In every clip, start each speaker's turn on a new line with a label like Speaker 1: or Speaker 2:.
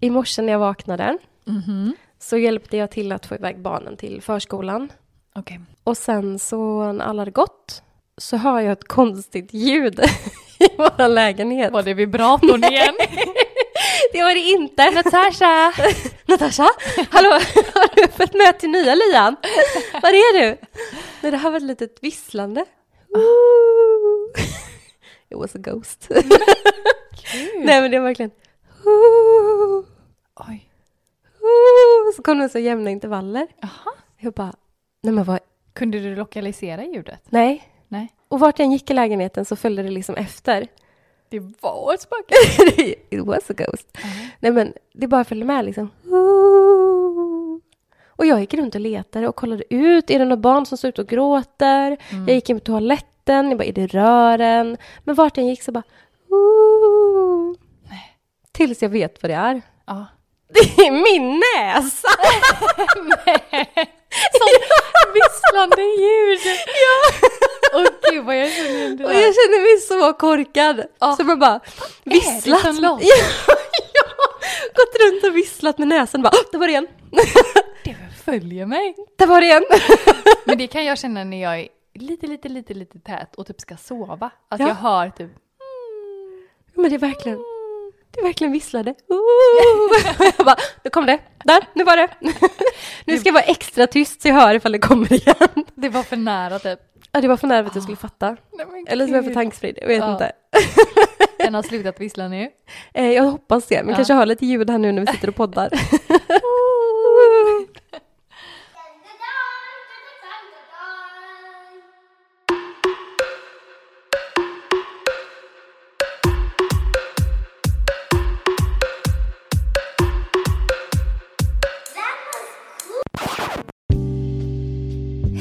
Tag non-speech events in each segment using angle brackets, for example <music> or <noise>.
Speaker 1: I morse när jag vaknade
Speaker 2: Mm-hmm.
Speaker 1: så hjälpte jag till att få iväg barnen till förskolan.
Speaker 2: Okej.
Speaker 1: Och sen så när alla hade gått så hör jag ett konstigt ljud <laughs> i vår lägenhet.
Speaker 2: Var det vibratorn igen?
Speaker 1: Det var det inte. <laughs> Natasha! Natasha! Hallå! Har du öppet möte till nya Lian? Var är du? Nej, det här var ett litet visslande. Ooh. <laughs> It was a ghost. <laughs> Nej, men det var verkligen... Ooh.
Speaker 2: <laughs> Oj.
Speaker 1: Ooh. Så kom det så jämna intervaller.
Speaker 2: Jaha.
Speaker 1: Jag bara, nej men vad,
Speaker 2: Kunde du lokalisera ljudet?
Speaker 1: nej.
Speaker 2: Nej.
Speaker 1: Och vart jag än gick i lägenheten så följde det liksom efter. <laughs>
Speaker 2: Det var ett spöke.
Speaker 1: It was a ghost. Nej men, det bara följde med liksom. Ooh. Och jag gick runt och letade och kollade ut. Är det något barn som står ute och gråter? Jag gick in på toaletten. Jag bara, är det rören? Men vart jag än gick så bara... Ooh. Tills jag vet vad det är. <laughs>
Speaker 2: Ja. <laughs>
Speaker 1: Det är min näsa!
Speaker 2: Visslande ljud! Åh gud vad jag känner igen det
Speaker 1: Och
Speaker 2: där.
Speaker 1: jag känner mig så korkad. Så man bara visslat.
Speaker 2: som
Speaker 1: <laughs>
Speaker 2: låt?
Speaker 1: Ja, ja. Gått runt och visslat med näsan bara, "Åh, där var det igen.
Speaker 2: Det förföljer mig.
Speaker 1: där var det igen. <laughs>
Speaker 2: Men det kan jag känna när jag är lite, lite, lite, lite tät och typ ska sova. Att
Speaker 1: Ja.
Speaker 2: jag hör typ Mm.
Speaker 1: Men det är verkligen, det är verkligen visslade. Ooh. <laughs> Jag bara, nu kom det. Där, nu var det. <laughs> Nu ska jag vara extra tyst så jag hör ifall det kommer igen.
Speaker 2: Det var för nära typ.
Speaker 1: Ja, det var för nära att jag skulle fatta. Eller så var jag för tanksfri, jag vet
Speaker 2: Ja.
Speaker 1: inte. <laughs>
Speaker 2: Den har slutat vissla nu.
Speaker 1: Eh, Jag hoppas det, men
Speaker 2: Ja.
Speaker 1: kanske hör lite ljud här nu när vi sitter och poddar. <laughs>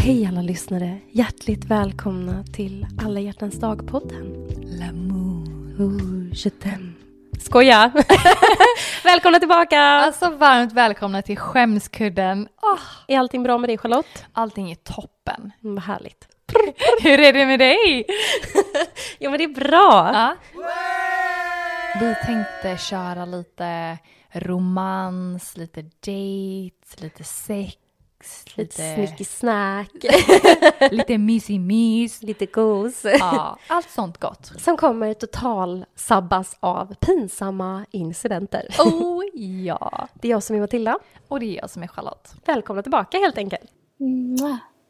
Speaker 1: Hej alla lyssnare! Hjärtligt välkomna till Alla hjärtans dag-podden.
Speaker 2: L'amour.
Speaker 1: Ooh, je t'aime. Skoja! <laughs> Välkomna tillbaka!
Speaker 2: Alltså varmt välkomna till skämskudden. Åh,
Speaker 1: Är allting bra med dig Charlotte?
Speaker 2: allting är toppen.
Speaker 1: Mm, vad härligt.
Speaker 2: Hur är det med dig?
Speaker 1: Jo men det är bra!
Speaker 2: Ja. Vi tänkte köra lite romans, lite dejt, lite sex,
Speaker 1: Lite
Speaker 2: lite,
Speaker 1: <laughs> snickesnack,
Speaker 2: <laughs> lite mysig-mys.
Speaker 1: lite gos.
Speaker 2: Ja, allt sånt gott.
Speaker 1: Som kommer total sabbas av pinsamma incidenter.
Speaker 2: Oh ja.
Speaker 1: Det är jag som är Matilda.
Speaker 2: Och det är jag som är Charlotte.
Speaker 1: Välkomna tillbaka helt enkelt.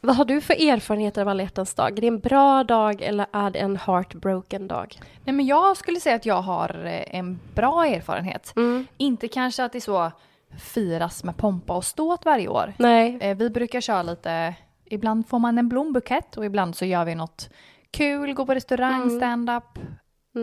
Speaker 1: Vad har du för erfarenheter av alla hjärtans dag? Är det en bra dag eller är det en heartbroken dag?
Speaker 2: Nej men jag skulle säga att jag har eh, en bra erfarenhet.
Speaker 1: Mm.
Speaker 2: Inte kanske att det så firas med pompa och ståt varje år.
Speaker 1: Nej.
Speaker 2: Eh, Vi brukar köra lite, ibland får man en blombukett och ibland så gör vi något kul, går på restaurang, stand-up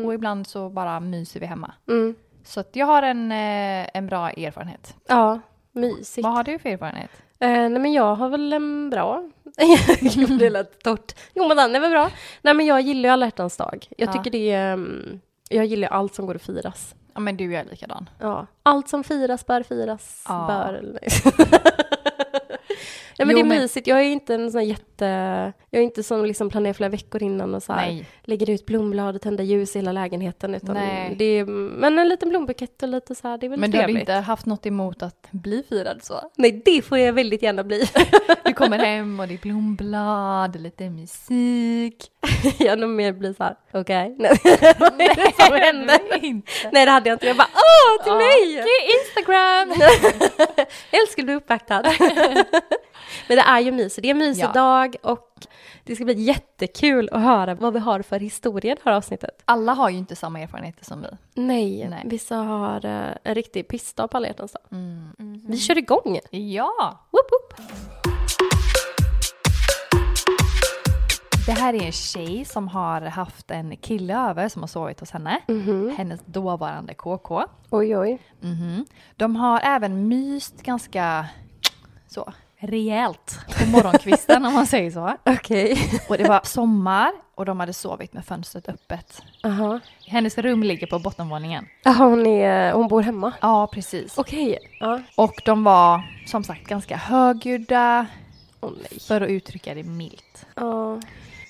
Speaker 2: och ibland så bara myser vi hemma.
Speaker 1: Mm.
Speaker 2: Så att jag har en, eh, en bra erfarenhet.
Speaker 1: Ja, mysigt.
Speaker 2: Vad har du för erfarenhet?
Speaker 1: Eh, nej men jag har väl en bra. <laughs> Jo, det lät torrt. Jo men den är väl bra. Nej men jag gillar ju alla hjärtans dag. Jag
Speaker 2: Ja.
Speaker 1: tycker det är, ehm, jag gillar ju allt som går att firas.
Speaker 2: Ja men du är likadan.
Speaker 1: Ja. Allt som firas bör firas.
Speaker 2: Ja.
Speaker 1: Bör...
Speaker 2: <laughs>
Speaker 1: nej men
Speaker 2: Jo,
Speaker 1: det är
Speaker 2: men-
Speaker 1: mysigt. Jag är inte en sån här jätte, jag är inte som liksom planerar flera veckor innan och så här,
Speaker 2: Nej.
Speaker 1: lägger ut blomblad och tänder ljus i hela lägenheten. Utan
Speaker 2: Nej.
Speaker 1: det är, men en liten blombukett och lite så här, det är väl
Speaker 2: Men du har
Speaker 1: trevligt.
Speaker 2: inte haft något emot att bli firad så?
Speaker 1: Nej det får jag väldigt gärna bli.
Speaker 2: Du kommer hem och <laughs> det är blomblad, lite <laughs> musik.
Speaker 1: <laughs> jag nog mer blir såhär, okej.
Speaker 2: <laughs>
Speaker 1: Nej, <laughs> vad är det som händer?
Speaker 2: Inte.
Speaker 1: Nej det hade jag inte. Jag bara, åh till mig!
Speaker 2: Instagram!
Speaker 1: <laughs> Älskar du uppvaktad. Men det är ju mysigt. Det är en mysig
Speaker 2: Ja.
Speaker 1: dag och det ska bli jättekul att höra vad vi har för historia i det här avsnittet.
Speaker 2: Alla har ju inte samma erfarenheter som vi.
Speaker 1: Nej,
Speaker 2: Nej.
Speaker 1: vissa har eh, en riktig pissdag på alla hjärtans dag. Vi kör igång!
Speaker 2: Ja!
Speaker 1: Woop, woop.
Speaker 2: Det här är en tjej som har haft en kille över som har sovit hos henne. Hennes dåvarande KK.
Speaker 1: Oj, oj.
Speaker 2: Mhm. De har även myst ganska så rejält på morgonkvisten om man säger så.
Speaker 1: Okej.
Speaker 2: Och det var sommar och de hade sovit med fönstret öppet.
Speaker 1: <laughs> Aha.
Speaker 2: Hennes rum ligger på bottenvåningen.
Speaker 1: Jaha, hon, är, hon bor hemma.
Speaker 2: Ja, precis.
Speaker 1: Okej. Ja.
Speaker 2: Och de var som sagt ganska högljudda
Speaker 1: Åh nej.
Speaker 2: för att uttrycka det milt.
Speaker 1: Ja.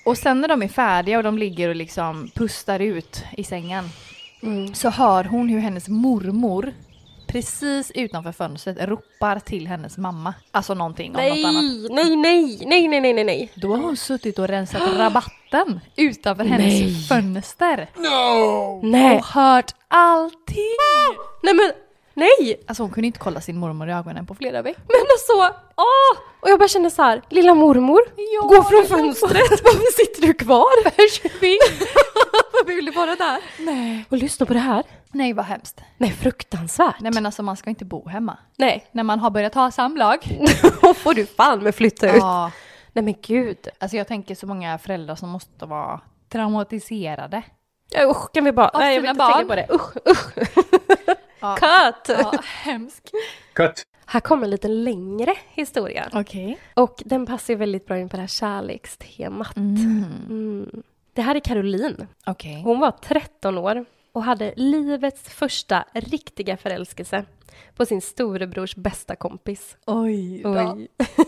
Speaker 2: Och sen när de är färdiga och de ligger och
Speaker 1: Mm.
Speaker 2: liksom pustar ut i sängen så hör hon hur hennes mormor precis utanför fönstret ropar till hennes mamma. Alltså någonting om
Speaker 1: Nej,
Speaker 2: något annat.
Speaker 1: nej, nej, nej, nej, nej, nej, nej.
Speaker 2: Då har hon suttit
Speaker 1: <gasps>
Speaker 2: och rensat rabatten utanför hennes
Speaker 1: Nej.
Speaker 2: fönster.
Speaker 1: Nej,
Speaker 2: Och hört allting!
Speaker 1: nej men, nej!
Speaker 2: Alltså hon kunde inte kolla sin mormor i ögonen på flera veckor.
Speaker 1: Men alltså, åh! Och jag bara känner så här, lilla mormor,
Speaker 2: Ja,
Speaker 1: gå från
Speaker 2: lilla
Speaker 1: fönstret, <laughs> varför sitter du kvar? <laughs> Försvinn! Varför vill du vara där?
Speaker 2: Nej.
Speaker 1: Och lyssna på det här.
Speaker 2: Nej vad hemskt.
Speaker 1: Nej, fruktansvärt.
Speaker 2: Nej men alltså man ska inte bo hemma.
Speaker 1: Nej. <laughs>
Speaker 2: När man har börjat ha samlag.
Speaker 1: Då får du fan med flytta ut.
Speaker 2: Ja.
Speaker 1: Nej men gud.
Speaker 2: Alltså jag tänker så många föräldrar som måste vara traumatiserade.
Speaker 1: Ja, Usch, kan vi bara...
Speaker 2: Av
Speaker 1: nej, jag vill
Speaker 2: sina
Speaker 1: inte tänka
Speaker 2: barn.
Speaker 1: på det. Usch, usch. <laughs>
Speaker 2: Ja.
Speaker 1: Cut!
Speaker 2: Ja, hemskt.
Speaker 3: Cut.
Speaker 1: Här kommer en lite längre historia.
Speaker 2: Okej.
Speaker 1: Och den passar ju väldigt bra in på det här kärlekstemat.
Speaker 2: Mm.
Speaker 1: Mm. Det här är Caroline.
Speaker 2: Okej.
Speaker 1: Hon var 13 år och hade livets första riktiga förälskelse på sin storebrors bästa kompis.
Speaker 2: Oj. då.
Speaker 1: Oj. <laughs>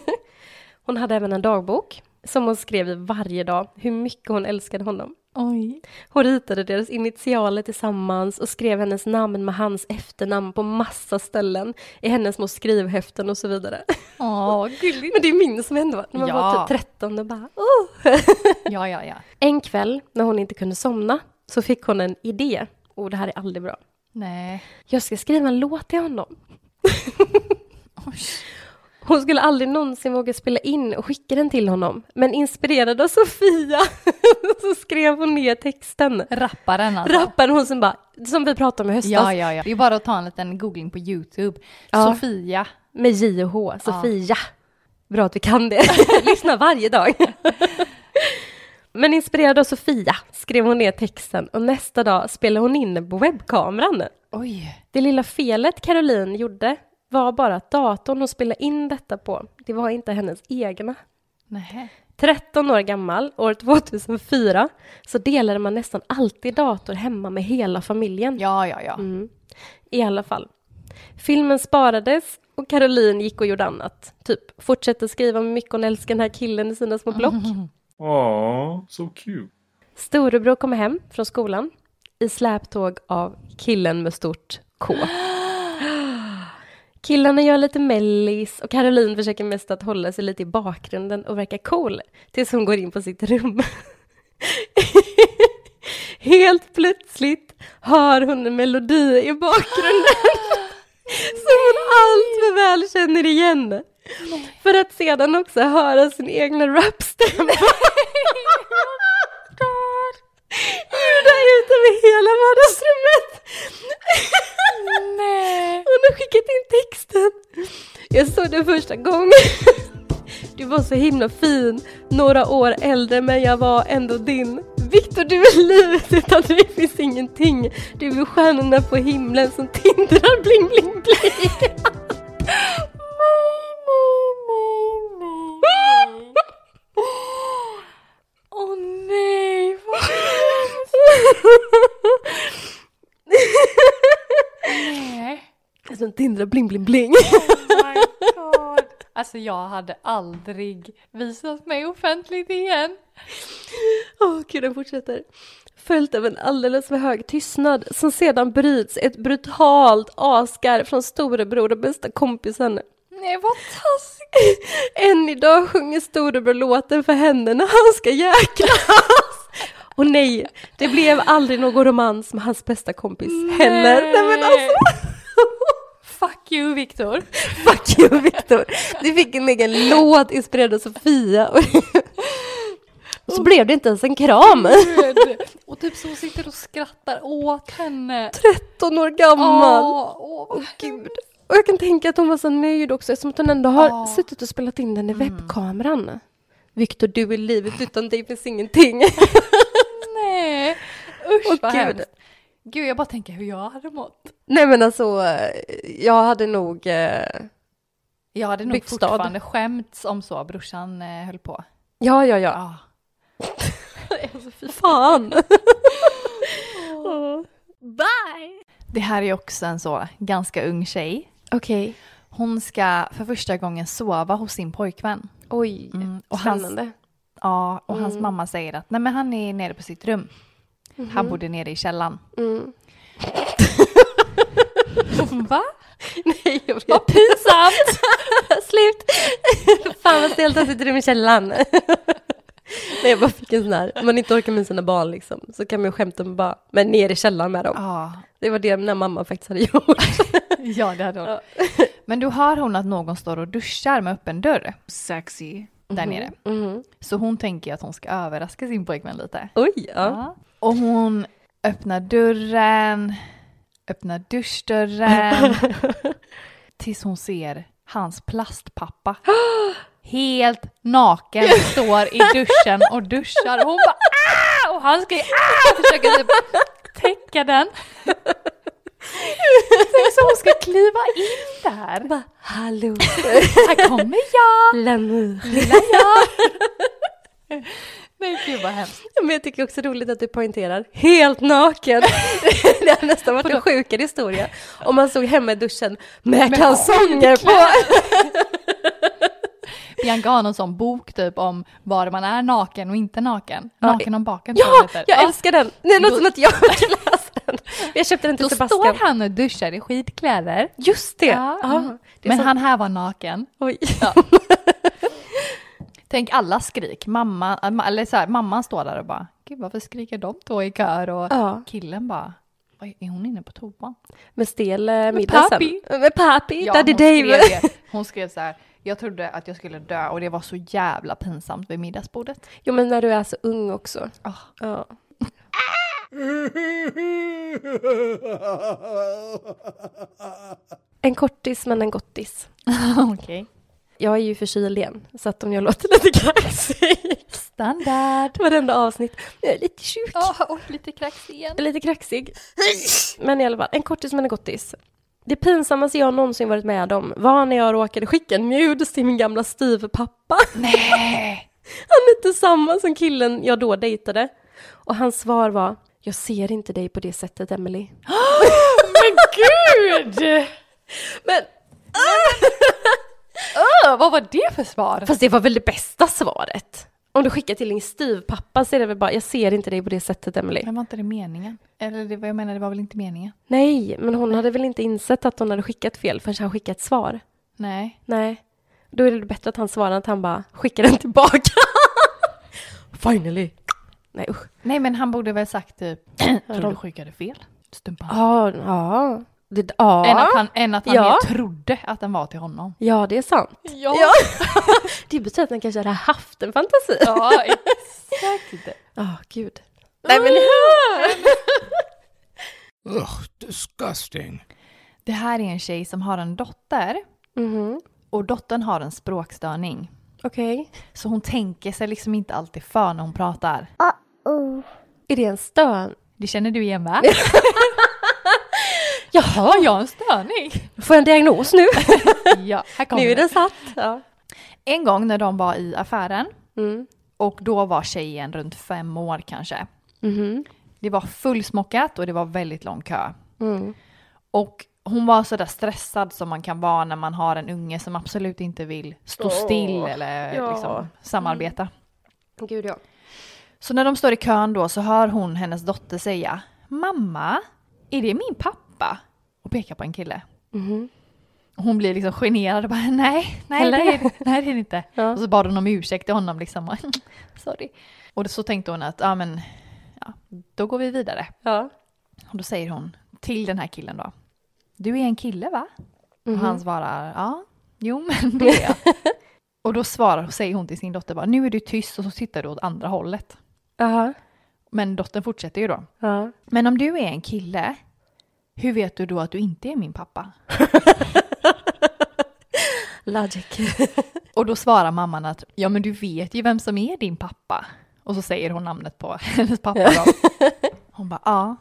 Speaker 1: Hon hade även en dagbok som hon skrev i varje dag hur mycket hon älskade honom.
Speaker 2: Oj.
Speaker 1: Hon ritade deras initialer tillsammans och skrev hennes namn med hans efternamn på massa ställen i hennes små skrivhäften och så vidare.
Speaker 2: Åh, gulligt.
Speaker 1: Men det minns som hände va? när man var
Speaker 2: Ja.
Speaker 1: typ 13 och bara åh! <laughs>
Speaker 2: Ja, ja, ja.
Speaker 1: En kväll när hon inte kunde somna så fick hon en idé. Och det här är aldrig bra.
Speaker 2: Nej.
Speaker 1: Jag ska skriva en låt till honom.
Speaker 2: <laughs> Oj.
Speaker 1: Hon skulle aldrig någonsin våga spela in och skicka den till honom. Men inspirerad av Sofia <laughs> så skrev hon ner texten.
Speaker 2: Rapparen alltså.
Speaker 1: Rappade hon som bara, som vi pratade om i höstas.
Speaker 2: Ja, ja, ja. Det är bara att ta en liten googling på YouTube.
Speaker 1: Ja.
Speaker 2: Sofia.
Speaker 1: Med J och H, Sofia. Bra att vi kan det. <laughs> Lyssna varje dag. <laughs> Men inspirerad av Sofia skrev hon ner texten och nästa dag spelade hon in den på webbkameran.
Speaker 2: Oj.
Speaker 1: Det lilla felet Caroline gjorde var bara att datorn hon spelade in detta på, det var inte hennes egna.
Speaker 2: Nej.
Speaker 1: 13 år gammal, år 2004, så delade man nästan alltid dator hemma med hela familjen.
Speaker 2: Ja, ja, ja.
Speaker 1: Mm. I alla fall. Filmen sparades och Caroline gick och gjorde annat. Typ fortsätter skriva hur mycket hon älskar den här killen i sina små block.
Speaker 3: Aww, so cute.
Speaker 1: Storebror kommer hem från skolan i släptåg av killen med stort K. Killarna gör lite mellis och Caroline försöker mest att hålla sig lite i bakgrunden och verka cool tills hon går in på sitt rum. <laughs> Helt plötsligt hör hon en melodi i bakgrunden som hon allt för väl känner igen. För att sedan också höra sin egna rapstämma. Ljuda ut över hela vardagsrummet.
Speaker 2: Nej.
Speaker 1: Hon har skickat in texten. Jag såg den första gången. Du var så himla fin. Några år äldre men jag var ändå din. Viktor du är livet utan dig finns ingenting. Du är stjärnorna på himlen som tindrar bling bling bling. <laughs>
Speaker 2: Åh nej. vad- Nej.
Speaker 1: Som tindrar bling bling bling.
Speaker 2: Oh My God. Alltså jag hade aldrig visat mig offentligt igen.
Speaker 1: Åh, gud, den fortsätter. Följt av en alldeles för hög tystnad som sedan bryts ett brutalt asgarv från storebror och bästa kompisen.
Speaker 2: Nej vad taskigt.
Speaker 1: Än idag sjunger storebror låten för henne när han ska jäklas. Och nej, det blev aldrig någon romans med hans bästa kompis heller. Nej men alltså,
Speaker 2: Fuck you Viktor.
Speaker 1: fuck you Viktor. Du fick en egen låt inspirerad av Sofia. Och så blev det inte ens en kram.
Speaker 2: Gud. Och typ så sitter och skrattar åt henne.
Speaker 1: 13 år gammal.
Speaker 2: Åh, åh vad
Speaker 1: Gud. Och jag kan tänka att hon var så nöjd också eftersom att hon ändå har
Speaker 2: Ja. Mm.
Speaker 1: suttit och spelat in den i webbkameran. Viktor, du är livet, utan dig finns ingenting. <laughs>
Speaker 2: Nej. Usch
Speaker 1: Åh,
Speaker 2: vad
Speaker 1: gud.
Speaker 2: hemskt. Gud jag bara tänker hur jag hade mått.
Speaker 1: Nej men alltså, eh, jag hade nog... eh,
Speaker 2: Jag hade nog
Speaker 1: Byggt stad.
Speaker 2: fortfarande skämts om så brorsan eh, höll på.
Speaker 1: Ja, ja, ja.
Speaker 2: Ja.
Speaker 1: Alltså, fy <laughs> fan.
Speaker 2: Det här är också en så ganska ung tjej.
Speaker 1: Okej.
Speaker 2: Hon ska för första gången sova hos sin pojkvän.
Speaker 1: Oj,
Speaker 2: Mm, och hans-
Speaker 1: spännande.
Speaker 2: Ja, och hans mamma säger att nej men han är nere
Speaker 1: Mhm.
Speaker 2: Mm. på sitt rum. Han bodde nere i källaren.
Speaker 1: Mm.
Speaker 2: Va?
Speaker 1: Nej, jag vet.
Speaker 2: Vad pinsamt!
Speaker 1: <laughs> Slut! Fan vad stelt att sitter i min
Speaker 2: <laughs>
Speaker 1: källaren. Nej, jag bara fick en sån här. Om man inte orkar med sina barn liksom, så kan man ju skämta med bara, men ner i källaren med dem.
Speaker 2: ja,
Speaker 1: Det var det mina mamma faktiskt hade gjort.
Speaker 2: <laughs> ja, det hade hon. Men då hör hon att någon står och duschar med öppen dörr. Sexy. Där nere. Mm.
Speaker 1: Mhm.
Speaker 2: Så hon tänker ju att hon ska överraska sin pojkvän lite.
Speaker 1: Oj, ja.
Speaker 2: Ja. Och hon öppnar dörren, öppnar
Speaker 1: <laughs>
Speaker 2: duschdörren. tills hon ser hans plastpappa. Helt naken står i duschen och duschar. Och hon bara ah! Och han ska ju ah! och försöker typ täcka den. Tänk så hon ska kliva in där.
Speaker 1: Bara, hallå,
Speaker 2: Här kommer jag!
Speaker 1: l'amour.
Speaker 2: Nej gud vad hemskt.
Speaker 1: Ja, Men jag tycker också det är roligt att du poängterar, helt naken. <laughs> det hade nästan varit en sjukare historia. Om man såg hemma i duschen med kalsonger på.
Speaker 2: Bianca har någon sån bok typ om var man är naken och inte naken. Naken om baken tror jag
Speaker 1: Ja,
Speaker 2: det heter.
Speaker 1: jag
Speaker 2: Ja.
Speaker 1: älskar den. Det låter
Speaker 2: Då-
Speaker 1: som att jag kan läsa den. Jag köpte den till
Speaker 2: Då
Speaker 1: Sebastian.
Speaker 2: står han och duschar i skitkläder.
Speaker 1: Just det.
Speaker 2: Ja. Mm.
Speaker 1: Ja. Det är
Speaker 2: Men
Speaker 1: så-
Speaker 2: han här var naken.
Speaker 1: Oj.
Speaker 2: Tänk alla skrik. Mamma, eller så här, mamman står där och bara, gud varför skriker de två i kör? Och
Speaker 1: Ja.
Speaker 2: killen bara, Oj, är hon inne på toan?
Speaker 1: Med stel eh, middag
Speaker 2: papi.
Speaker 1: sen. Med papi. Daddy
Speaker 2: hon skrev
Speaker 1: Dave.
Speaker 2: det. <laughs> Hon skrev så här, jag trodde att jag skulle dö och det var så jävla pinsamt vid middagsbordet.
Speaker 1: <laughs> Jo, men när du är så ung också.
Speaker 2: Ah.
Speaker 1: Ja. En kortis, men en gottis.
Speaker 2: <laughs> Okej.
Speaker 1: Jag är ju förkyld igen, så att om jag låter lite kraxig
Speaker 2: Standard.
Speaker 1: <laughs> varenda avsnitt. Jag är lite sjuk.
Speaker 2: och lite krax igen.
Speaker 1: Jag är lite kraxig. Men i alla fall, en kortis men en gottis. Det pinsammaste jag någonsin varit med om var när jag råkade skicka en nudes till min gamla styvpappa.
Speaker 2: Nej!
Speaker 1: <laughs> Han hette samma som killen jag då dejtade. Och hans svar var, jag ser inte dig på det sättet Emily.
Speaker 2: <gasps> Men gud!
Speaker 1: Men,
Speaker 2: Ö, vad var det för svar?
Speaker 1: fast det var väl det bästa svaret? Om du skickar till din styvpappa så är det väl bara, jag ser inte dig på det sättet Emily.
Speaker 2: Men var inte det meningen? Eller det, jag menar, det var väl inte meningen?
Speaker 1: Nej, men hon hade väl inte insett att hon hade skickat fel förrän han skickat ett svar.
Speaker 2: Nej.
Speaker 1: Nej. Då är det bättre att han svarar än att han bara skickar den tillbaka. <laughs> Finally! Nej usch.
Speaker 2: Nej men han borde väl sagt typ, <clears throat> tror du skickade fel? Stumpan.
Speaker 1: Ja, ja. Det, ja.
Speaker 2: Än att han, än att han
Speaker 1: Ja.
Speaker 2: mer trodde att den var till honom.
Speaker 1: ja, det är sant.
Speaker 2: Ja,
Speaker 1: <laughs> Ja. Det betyder att han kanske hade haft en fantasi. Ja,
Speaker 2: <laughs> exakt.
Speaker 1: gud. Nej men
Speaker 4: Ugh, disgusting.
Speaker 2: Det här är en tjej som har en dotter
Speaker 1: <laughs> Mhm.
Speaker 2: och dottern har en språkstörning.
Speaker 1: Okej.
Speaker 2: Så hon tänker sig liksom inte alltid för när hon pratar.
Speaker 1: Är det en stön?
Speaker 2: Det känner du igen va? <laughs> Jaha, har jag en störning?
Speaker 1: Får jag en diagnos <laughs> nu?
Speaker 2: <laughs> Ja, här kommer
Speaker 1: nu är
Speaker 2: det.
Speaker 1: den satt. Ja.
Speaker 2: En gång när de var i affären
Speaker 1: Mm.
Speaker 2: och då var tjejen runt fem år kanske.
Speaker 1: Mhm.
Speaker 2: Det var fullsmockat och det var väldigt lång kö.
Speaker 1: Mm.
Speaker 2: Och hon var sådär stressad som man kan vara när man har en unge som absolut inte vill stå still eller
Speaker 1: ja. Mm.
Speaker 2: liksom samarbeta.
Speaker 1: Gud ja.
Speaker 2: Så när de står i kön då så hör hon hennes dotter säga Mamma, är det min pappa? Och pekar på en kille.
Speaker 1: Mhm.
Speaker 2: Och Hon blir liksom generad och bara nej, nej, det
Speaker 1: Eller?
Speaker 2: är, nej det är det inte.
Speaker 1: Ja.
Speaker 2: Och så bad hon om ursäkt till honom liksom. <laughs> Sorry. Och så tänkte hon att ja men, ja, då går vi vidare.
Speaker 1: Ja.
Speaker 2: Och då säger hon till den här killen då. Du är en kille va?
Speaker 1: Mhm.
Speaker 2: Och han svarar ja, jo men det är jag. och då svarar, säger hon till sin dotter bara nu är du tyst och så tittar du åt andra hållet.
Speaker 1: Aha.
Speaker 2: Men dottern fortsätter ju då.
Speaker 1: Ja.
Speaker 2: Men om du är en kille, hur vet du då att du inte är min pappa?
Speaker 1: Logic.
Speaker 2: Och då svarar mamman att ja men du vet ju vem som är din pappa. Och så säger hon namnet på <laughs> hennes pappa då. Hon bara ja,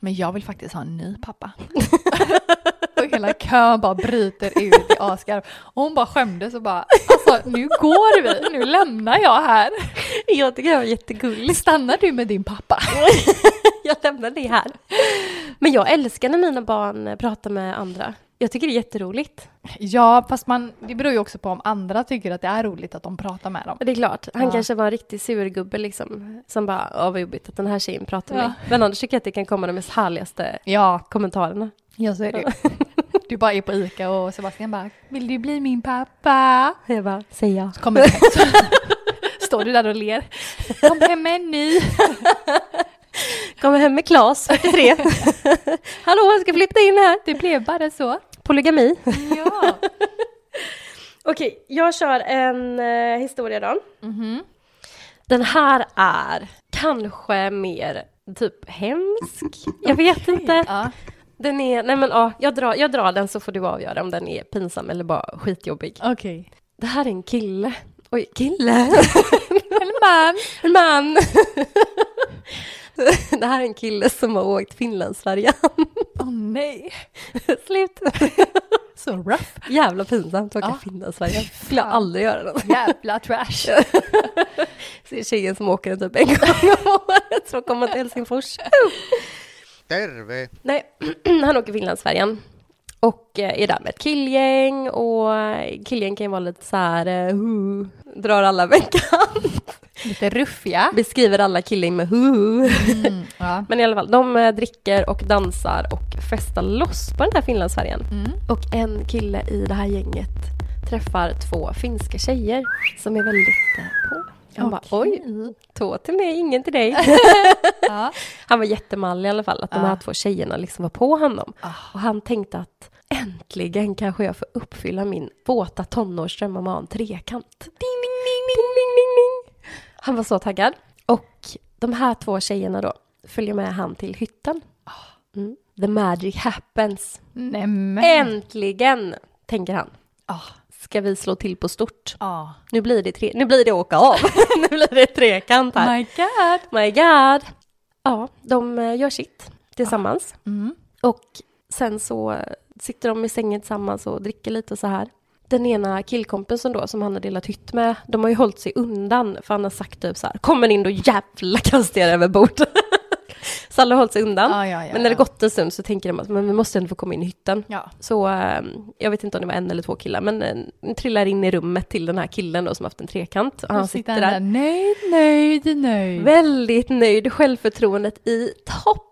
Speaker 2: men jag vill faktiskt ha en ny pappa. <laughs> och hela kön bara bryter ut i asgarv. Och hon bara skämdes och bara alltså nu går vi, nu lämnar jag här.
Speaker 1: <laughs> jag tycker det var jättegulligt.
Speaker 2: Stannar du med din pappa?
Speaker 1: <laughs> Jag lämnar dig här. Men jag älskar när mina barn pratar med andra. Jag tycker det är jätteroligt.
Speaker 2: Ja fast man, det beror ju också på om andra tycker att det är roligt att de pratar med dem.
Speaker 1: Och Det är klart, han
Speaker 2: Ja.
Speaker 1: kanske var en riktig surgubbe liksom. Som bara, åh vad jobbigt att den här tjejen pratar med
Speaker 2: Ja.
Speaker 1: mig. Men annars tycker jag att det kan komma de mest härligaste
Speaker 2: Ja,
Speaker 1: kommentarerna.
Speaker 2: Ja, så är det ju. Du bara är på Ica och Sebastian bara, vill du bli min pappa?
Speaker 1: Jag bara, säg ja.
Speaker 2: Så kommer du hem. Så Står du där och ler. Kom hem med en ny.
Speaker 1: Kommer hem med Klas, 43. <laughs> Hallå, jag ska flytta in här.
Speaker 2: Det blev bara så.
Speaker 1: Polygami.
Speaker 2: Ja.
Speaker 1: Okej, jag kör en eh, historia då.
Speaker 2: Mhm.
Speaker 1: Den här är kanske mer typ hemsk. Jag
Speaker 2: <laughs>
Speaker 1: vet inte.
Speaker 2: ja.
Speaker 1: Den är, nej men ja, jag drar, jag drar den så får du avgöra om den är pinsam eller bara skitjobbig.
Speaker 2: Okej.
Speaker 1: Det här är en kille. Oj,
Speaker 2: <laughs>
Speaker 1: kille?
Speaker 2: En man.
Speaker 1: En man! <laughs> Det här är en kille som har åkt Finlandsfärjan. <laughs>
Speaker 2: Åh nej.
Speaker 1: Slut!
Speaker 2: Så rough.
Speaker 1: Jävla pinsamt att åka
Speaker 2: Ja.
Speaker 1: Finlandsfärjan. Skulle jag aldrig göra det.
Speaker 2: Jävla trash.
Speaker 1: Ser <laughs> tjejen som åker den typ en gång om året för att komma till Helsingfors.
Speaker 4: Terve.
Speaker 1: Nej, <clears throat> han åker Finlandsfärjan. Och eh, är där med ett killgäng och eh, killgäng kan ju vara lite så här, eh, hu, drar alla veckan.
Speaker 2: Lite ruffiga.
Speaker 1: <laughs> Beskriver alla killen med hu.
Speaker 2: Mm, ja.
Speaker 1: Men i alla fall, de eh, dricker och dansar och festar loss på den här Finlandsfärjan.
Speaker 2: Mm.
Speaker 1: Och en kille i det här gänget träffar två finska tjejer som är väldigt eh, på. Han bara oj, två till mig, ingen till dig. <laughs>
Speaker 2: Ja.
Speaker 1: Han var jättemallig i alla fall, att de
Speaker 2: Ja.
Speaker 1: här två tjejerna liksom var på honom.
Speaker 2: Ah.
Speaker 1: Och han tänkte att äntligen kanske jag får uppfylla min våta tonårsdröm om att ha en trekant. Ding, ding, ding, ding, ding, ding, ding. Han var så taggad. Och de här två tjejerna då följer med han till hytten. Mm. The magic happens.
Speaker 2: Nämen.
Speaker 1: Äntligen, tänker han.
Speaker 2: Ah.
Speaker 1: Ska vi slå till på stort?
Speaker 2: Ah.
Speaker 1: Nu blir det, tre- nu blir det åka av. <laughs> nu blir det trekant här.
Speaker 2: Oh My god.
Speaker 1: My God! Ja, de eh, gör sitt tillsammans.
Speaker 2: Mm.
Speaker 1: Och sen så eh, sitter de i sängen tillsammans och dricker lite och så här. Den ena killkompisen då, som han har delat hytt med, de har ju hållit sig undan, för han har sagt typ så här, kommer in då jävla kastar jag er över bord. <laughs> så alla har hållit sig undan.
Speaker 2: Ja, ja, ja,
Speaker 1: men när det
Speaker 2: ja.
Speaker 1: gått en stund så tänker de att men vi måste ändå få komma in i hytten.
Speaker 2: Ja.
Speaker 1: Så eh, jag vet inte om det var en eller två killar, men eh, trillar in i rummet till den här killen då som haft en trekant. Och han
Speaker 2: Och
Speaker 1: sitter där.
Speaker 2: nöjd, nöjd, nöjd.
Speaker 1: Väldigt nöjd, självförtroendet i topp.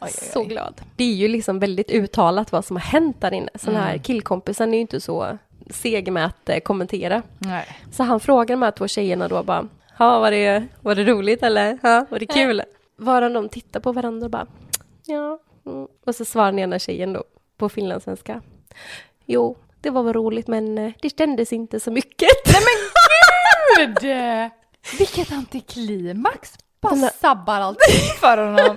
Speaker 2: oj,
Speaker 1: Så glad. Det är ju liksom väldigt uttalat vad som har hänt där inne. Så den
Speaker 2: Mm.
Speaker 1: här killkompisen är ju inte så seg med att eh, kommentera.
Speaker 2: Nej.
Speaker 1: Så han frågar de här två tjejerna då bara, ja var det, var det roligt eller? Ja, var det
Speaker 2: Eh,
Speaker 1: kul? Varan de tittar på varandra och bara, ja. Mm. Och så svarar den ena tjejen då på finlandssvenska. Jo, det var väl roligt men eh, det kändes inte så mycket.
Speaker 2: Gud! eh. Vilket antiklimax! Bara
Speaker 1: Den där-
Speaker 2: sabbar allting <laughs> för honom.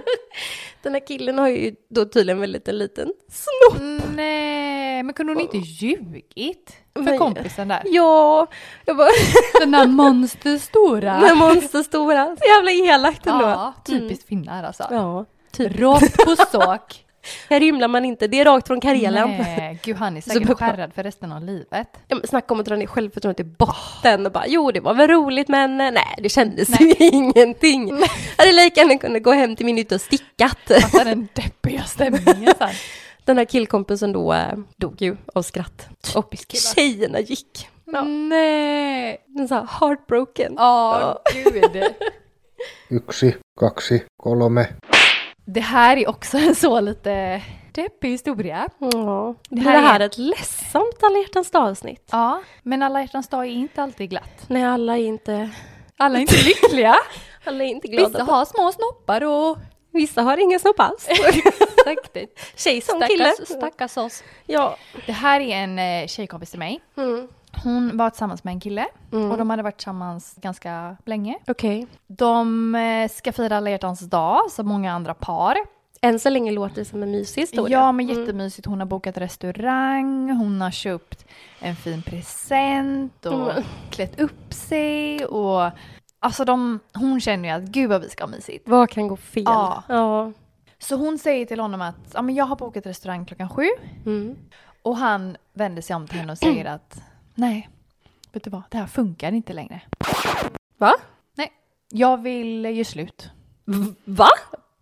Speaker 1: Den här killen har ju då tydligen väldigt en liten snopp.
Speaker 2: Nej, men kunde hon inte ljugit för
Speaker 1: Men-
Speaker 2: kompisen <laughs> där?
Speaker 1: Äh. Ja, jag bara, <laughs>
Speaker 2: Den där monsterstora.
Speaker 1: med monsterstora. Så jävla elakt ändå.
Speaker 2: Ja, typiskt finnar alltså.
Speaker 1: Ja, typ.
Speaker 2: Rakt på sak.
Speaker 1: Här rymlar man inte, det är rakt från karelen.
Speaker 2: Nej, gud han är
Speaker 1: Så bara-
Speaker 2: säkert skärrad för resten av livet.
Speaker 1: Ja, men Snacka om att dra ner självförtroendet i botten och bara jo det var väl roligt men eh, nej det kändes ju <laughs> ingenting. Jag hade lika gärna kunnat gå hem till min hytt och stickat.
Speaker 2: Fattar den deppiga stämningen sen.
Speaker 1: Den här killkompisen då eh, dog ju av skratt. Och tjejerna gick. Ja,
Speaker 2: Nej!
Speaker 1: den sa heartbroken.
Speaker 2: Åh gud.
Speaker 5: Yksi, kaksi, kolme.
Speaker 2: Det här är också en så lite deppig historia.
Speaker 1: Ja. Det
Speaker 2: här
Speaker 1: här, det här
Speaker 2: är-
Speaker 1: är ett ledsamt alla hjärtans avsnitt.
Speaker 2: Ja, men alla hjärtans dag är inte alltid glatt.
Speaker 1: Nej alla är inte,
Speaker 2: Alla är inte lyckliga.
Speaker 1: alla är inte glada.
Speaker 2: <laughs> Vissa har små snoppar och
Speaker 1: Vissa har ingen snopp alls.
Speaker 2: säkert.
Speaker 1: <laughs> Tjej som kille. Mm.
Speaker 2: Stackars, stackars oss.
Speaker 1: Ja.
Speaker 2: Det här är en eh, tjejkompis till mig.
Speaker 1: Mm.
Speaker 2: Hon var tillsammans med en kille och de hade varit tillsammans ganska länge.
Speaker 1: Okej.
Speaker 2: De eh, ska fira alla hjärtans dag som många andra par.
Speaker 1: Än så länge låter det som en mysig historia.
Speaker 2: Ja, men jättemysigt. Hon har bokat restaurang, hon har köpt en fin present och
Speaker 1: Mm.
Speaker 2: klätt upp sig och alltså de, hon känner ju att gud vad vi ska ha mysigt.
Speaker 1: Vad kan gå fel?
Speaker 2: Ja.
Speaker 1: ja.
Speaker 2: Så hon säger till honom att ja, men jag har bokat restaurang klockan sju
Speaker 1: Mm.
Speaker 2: och han vänder sig om till henne och säger att nej, vet du vad, det här funkar inte längre.
Speaker 1: Va?
Speaker 2: Nej, jag vill göra slut.
Speaker 1: Va?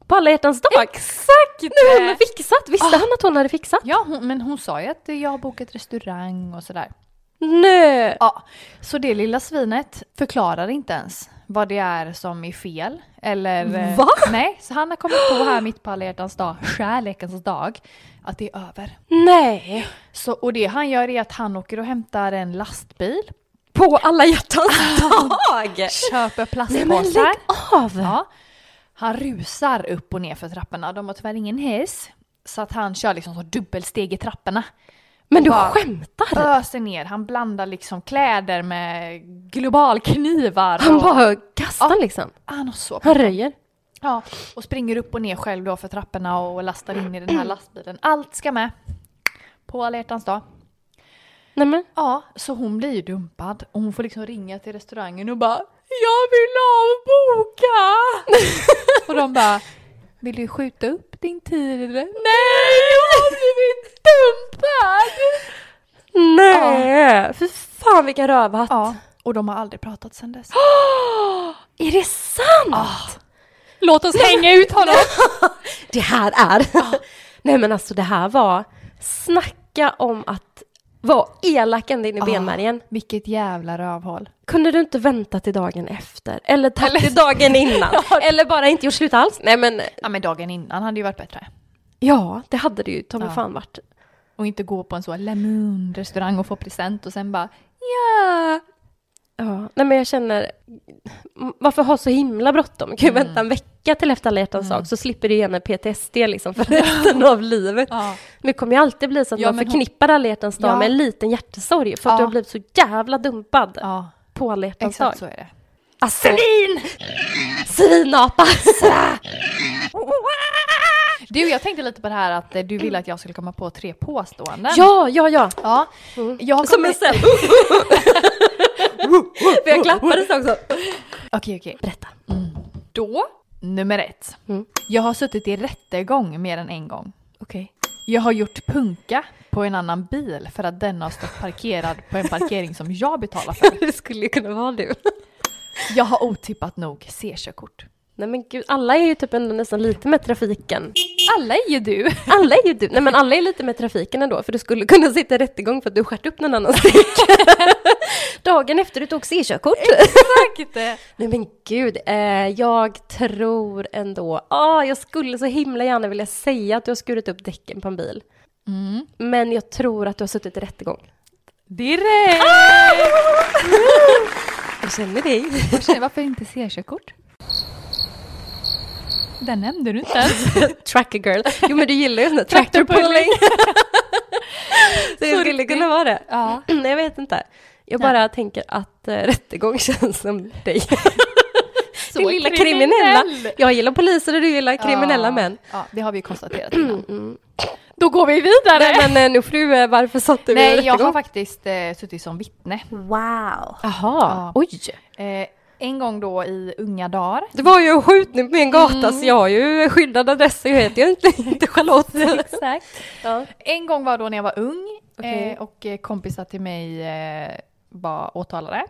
Speaker 1: På alla hjärtans dag? Exakt! Ah. Nu har hon fixat. Visste han att hon hade fixat?
Speaker 2: Ja, hon, men hon sa ju att jag har bokat restaurang och sådär.
Speaker 1: Nej!
Speaker 2: Ja, så det lilla svinet förklarar inte ens vad det är som är fel. Eller, eh,
Speaker 1: Va?
Speaker 2: Nej, så han har kommit på här mitt på alla hjärtans dag, kärlekens dag, att det är över.
Speaker 1: Nej!
Speaker 2: Så, och det han gör är att han åker och hämtar en lastbil,
Speaker 1: På alla hjärtans dag!
Speaker 2: köper
Speaker 1: Ah. Eh. Nej men
Speaker 2: plastpåsar.
Speaker 1: lägg av!
Speaker 2: Ja. Han rusar upp och ner för trapporna, de har tyvärr ingen hiss. Så att han kör liksom så dubbelsteg i trapporna.
Speaker 1: Men du
Speaker 2: Bara-
Speaker 1: skämtar!
Speaker 2: Öser ner, han blandar liksom kläder med globalknivar.
Speaker 1: Han
Speaker 2: och- Ah,
Speaker 1: bara kastar liksom.
Speaker 2: Han har så
Speaker 1: Han röjer.
Speaker 2: Ja, och springer upp och ner själv då för trapporna och lastar in i den här lastbilen. Allt ska med. På alla hjärtans dag.
Speaker 1: Nej men.
Speaker 2: Ja, så hon blir ju dumpad och hon får liksom ringa till restaurangen och bara Jag vill
Speaker 1: <laughs>
Speaker 2: avboka! och de bara Vill du skjuta upp din tid? Nej, jag har blivit dumpad!
Speaker 1: Nej! Fy fan vilken rövhatt!
Speaker 2: Ja, och de har aldrig pratat sedan dess.
Speaker 1: Är det sant?
Speaker 2: Låt oss hänga ut honom!
Speaker 1: Det här är... <laughs> Nej men alltså det här var... Snacka om att vara elak ända in i benmärgen.
Speaker 2: Vilket jävla rövhål.
Speaker 1: Kunde du inte vänta till dagen efter? Eller tack till dagen <laughs> innan? Eller bara inte gjort slut alls? Nej men,
Speaker 2: Ja men dagen innan hade ju varit bättre.
Speaker 1: ja det hade det ju ta mig
Speaker 2: Ja.
Speaker 1: fan varit.
Speaker 2: Och inte gå på en sån Lemoon-restaurang och få present och sen bara ja.
Speaker 1: Ja, nej men jag känner, m- varför ha så himla bråttom? Kan ju
Speaker 2: Mm.
Speaker 1: vänta en vecka till efter alla hjärtans dag så slipper du gärna PTSD liksom
Speaker 2: <laughs>
Speaker 1: för resten av livet.
Speaker 2: Ja.
Speaker 1: Nu kommer ju alltid bli så att
Speaker 2: Ja,
Speaker 1: man
Speaker 2: men hon-
Speaker 1: förknippar alla hjärtans dag
Speaker 2: Ja.
Speaker 1: med en liten hjärtesorg för att
Speaker 2: Ja.
Speaker 1: du har blivit så jävla dumpad
Speaker 2: Ja,
Speaker 1: på alla hjärtans dag.
Speaker 2: exakt så är det.
Speaker 1: Alltså, Svin!
Speaker 2: <laughs>
Speaker 1: Svinapa!
Speaker 2: Du, jag tänkte lite på det här att eh, du ville att jag skulle komma på tre påståenden.
Speaker 1: ja, ja, ja.
Speaker 2: Ja. Jag har
Speaker 1: Som en
Speaker 2: kommit-
Speaker 1: cell.
Speaker 2: <laughs>
Speaker 1: <laughs> För jag klappades också.
Speaker 2: Okej, okej.
Speaker 1: Berätta.
Speaker 2: Då, nummer ett.
Speaker 1: Mm.
Speaker 2: Jag har suttit i rättegång mer än en gång.
Speaker 1: Okej.
Speaker 2: Jag har gjort punka på en annan bil för att den har stått parkerad på en parkering som jag betalar för.
Speaker 1: Det skulle ju kunna vara du.
Speaker 2: Jag har otippat nog C-körkort.
Speaker 1: Nej men gud, alla är ju typ ändå nästan lite med trafiken.
Speaker 2: Alla är ju du!
Speaker 1: Alla är ju du. Nej men alla är lite med trafiken ändå, för du skulle kunna sitta i rättegång för att du skärt upp någon annans stycke. Dagen efter du tog C-körkort.
Speaker 2: Inte.
Speaker 1: Nej men gud, eh, jag tror ändå, ah, jag skulle så himla gärna vilja säga att du har skurit upp däcken på en bil.
Speaker 2: Mm.
Speaker 1: Men jag tror att du har suttit i rättegång.
Speaker 2: Direkt!
Speaker 1: Jag känner dig.
Speaker 2: Och tjej, varför inte C-körkort? Den nämnde du inte ens.
Speaker 1: Tracker girl. Jo men du gillar ju sån där tractor
Speaker 2: Tractor
Speaker 1: pulling.
Speaker 2: pulling.
Speaker 1: <laughs> så det skulle kunna vara det. <clears throat>
Speaker 2: Ja.
Speaker 1: Nej jag vet inte. Jag bara tänker att eh, rättegång <laughs> känns som dig.
Speaker 2: Så
Speaker 1: Din lilla kriminella. Jag gillar poliser och du gillar kriminella
Speaker 2: Ja.
Speaker 1: män.
Speaker 2: Ja, det har vi ju konstaterat innan. Då går vi vidare!
Speaker 1: Nej men eh, nu fru, eh, varför satt du i
Speaker 2: Nej, jag
Speaker 1: rättegång?
Speaker 2: har faktiskt eh, suttit som vittne.
Speaker 1: Wow. Jaha,
Speaker 2: Ja.
Speaker 1: oj.
Speaker 2: Eh, en gång då i unga dagar.
Speaker 1: Det var ju en skjutning på min gata så jag har ju skyddad adress och jag heter ju inte, <laughs> inte Charlotte.
Speaker 2: Exakt.
Speaker 1: Ja.
Speaker 2: En gång var då när jag var ung
Speaker 1: Okej.
Speaker 2: eh, och eh, kompisar till mig eh, var åtalade.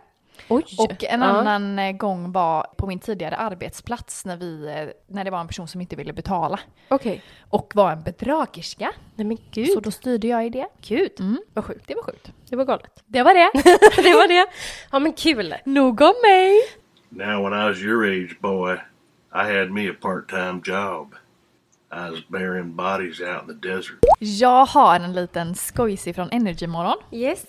Speaker 1: Oj.
Speaker 2: Och en
Speaker 1: Ja.
Speaker 2: annan eh, gång var på min tidigare arbetsplats när, vi, eh, när det var en person som inte ville betala
Speaker 1: Okej.
Speaker 2: och var en bedragerska.
Speaker 1: Nej men
Speaker 2: Så
Speaker 1: gud.
Speaker 2: då styrde jag i det.
Speaker 1: Gud.
Speaker 2: Mm.
Speaker 1: Vad sjukt.
Speaker 2: Det var sjukt.
Speaker 1: Det var galet. Mm.
Speaker 2: Det var det.
Speaker 1: <laughs> det var det. Ja men kul.
Speaker 2: Nog om mig.
Speaker 6: Now, when I was your age, boy, I had me a part time job. I was burying bodies out in the desert.
Speaker 2: Jag har en liten skojsig från Energymorgon.
Speaker 1: Yes.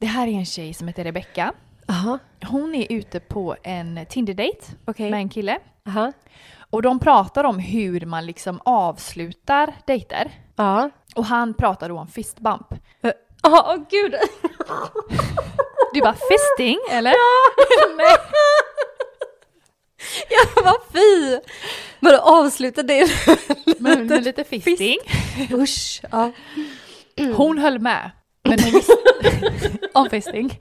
Speaker 2: Det här är en tjej som heter Rebecka.
Speaker 1: Aha.
Speaker 2: Hon är ute på en Tinder-date
Speaker 1: Okej.
Speaker 2: med en kille.
Speaker 1: Aha.
Speaker 2: Och de pratar om hur man liksom avslutar dejter.
Speaker 1: Ja.
Speaker 2: Och han pratar då om fist bump.
Speaker 1: Ja, åh <laughs> gud.
Speaker 2: Du bara fisting eller?
Speaker 1: <laughs> Nej. Ja, vad fy. Men avsluta det.
Speaker 2: Men med lite fisting.
Speaker 1: Usch. Ja.
Speaker 2: Hon höll med. Men hon visste... <laughs> om fisting.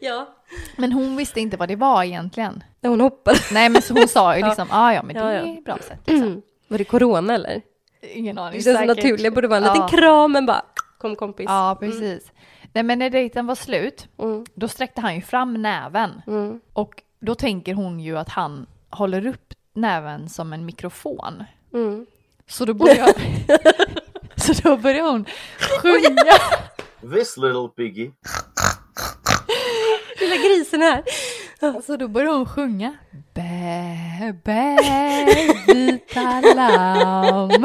Speaker 1: ja.
Speaker 2: Men hon visste inte vad det var egentligen.
Speaker 1: När hon hoppade.
Speaker 2: Nej men så hon sa ju liksom ja ah, ja men det
Speaker 1: Ja, ja.
Speaker 2: är ett bra sätt. Liksom.
Speaker 1: Var det corona eller?
Speaker 2: Ingen aning.
Speaker 1: Det känns
Speaker 2: säkert.
Speaker 1: naturligt. Det borde vara en liten Mm.
Speaker 2: Ja.
Speaker 1: kram men bara kom kompis.
Speaker 2: Ja precis. Nej men när dejten var slut
Speaker 1: Mm.
Speaker 2: då sträckte han ju fram näven.
Speaker 1: Mm.
Speaker 2: Och då tänker hon ju att han håller upp näven som en mikrofon.
Speaker 1: Mm.
Speaker 2: Så
Speaker 1: <laughs>
Speaker 2: då börjar, <laughs> så då börjar hon sjunga.
Speaker 6: This little piggy
Speaker 1: Lilla grisen här.
Speaker 2: Så Alltså, då började hon sjunga. Bä, bä, vita lamm.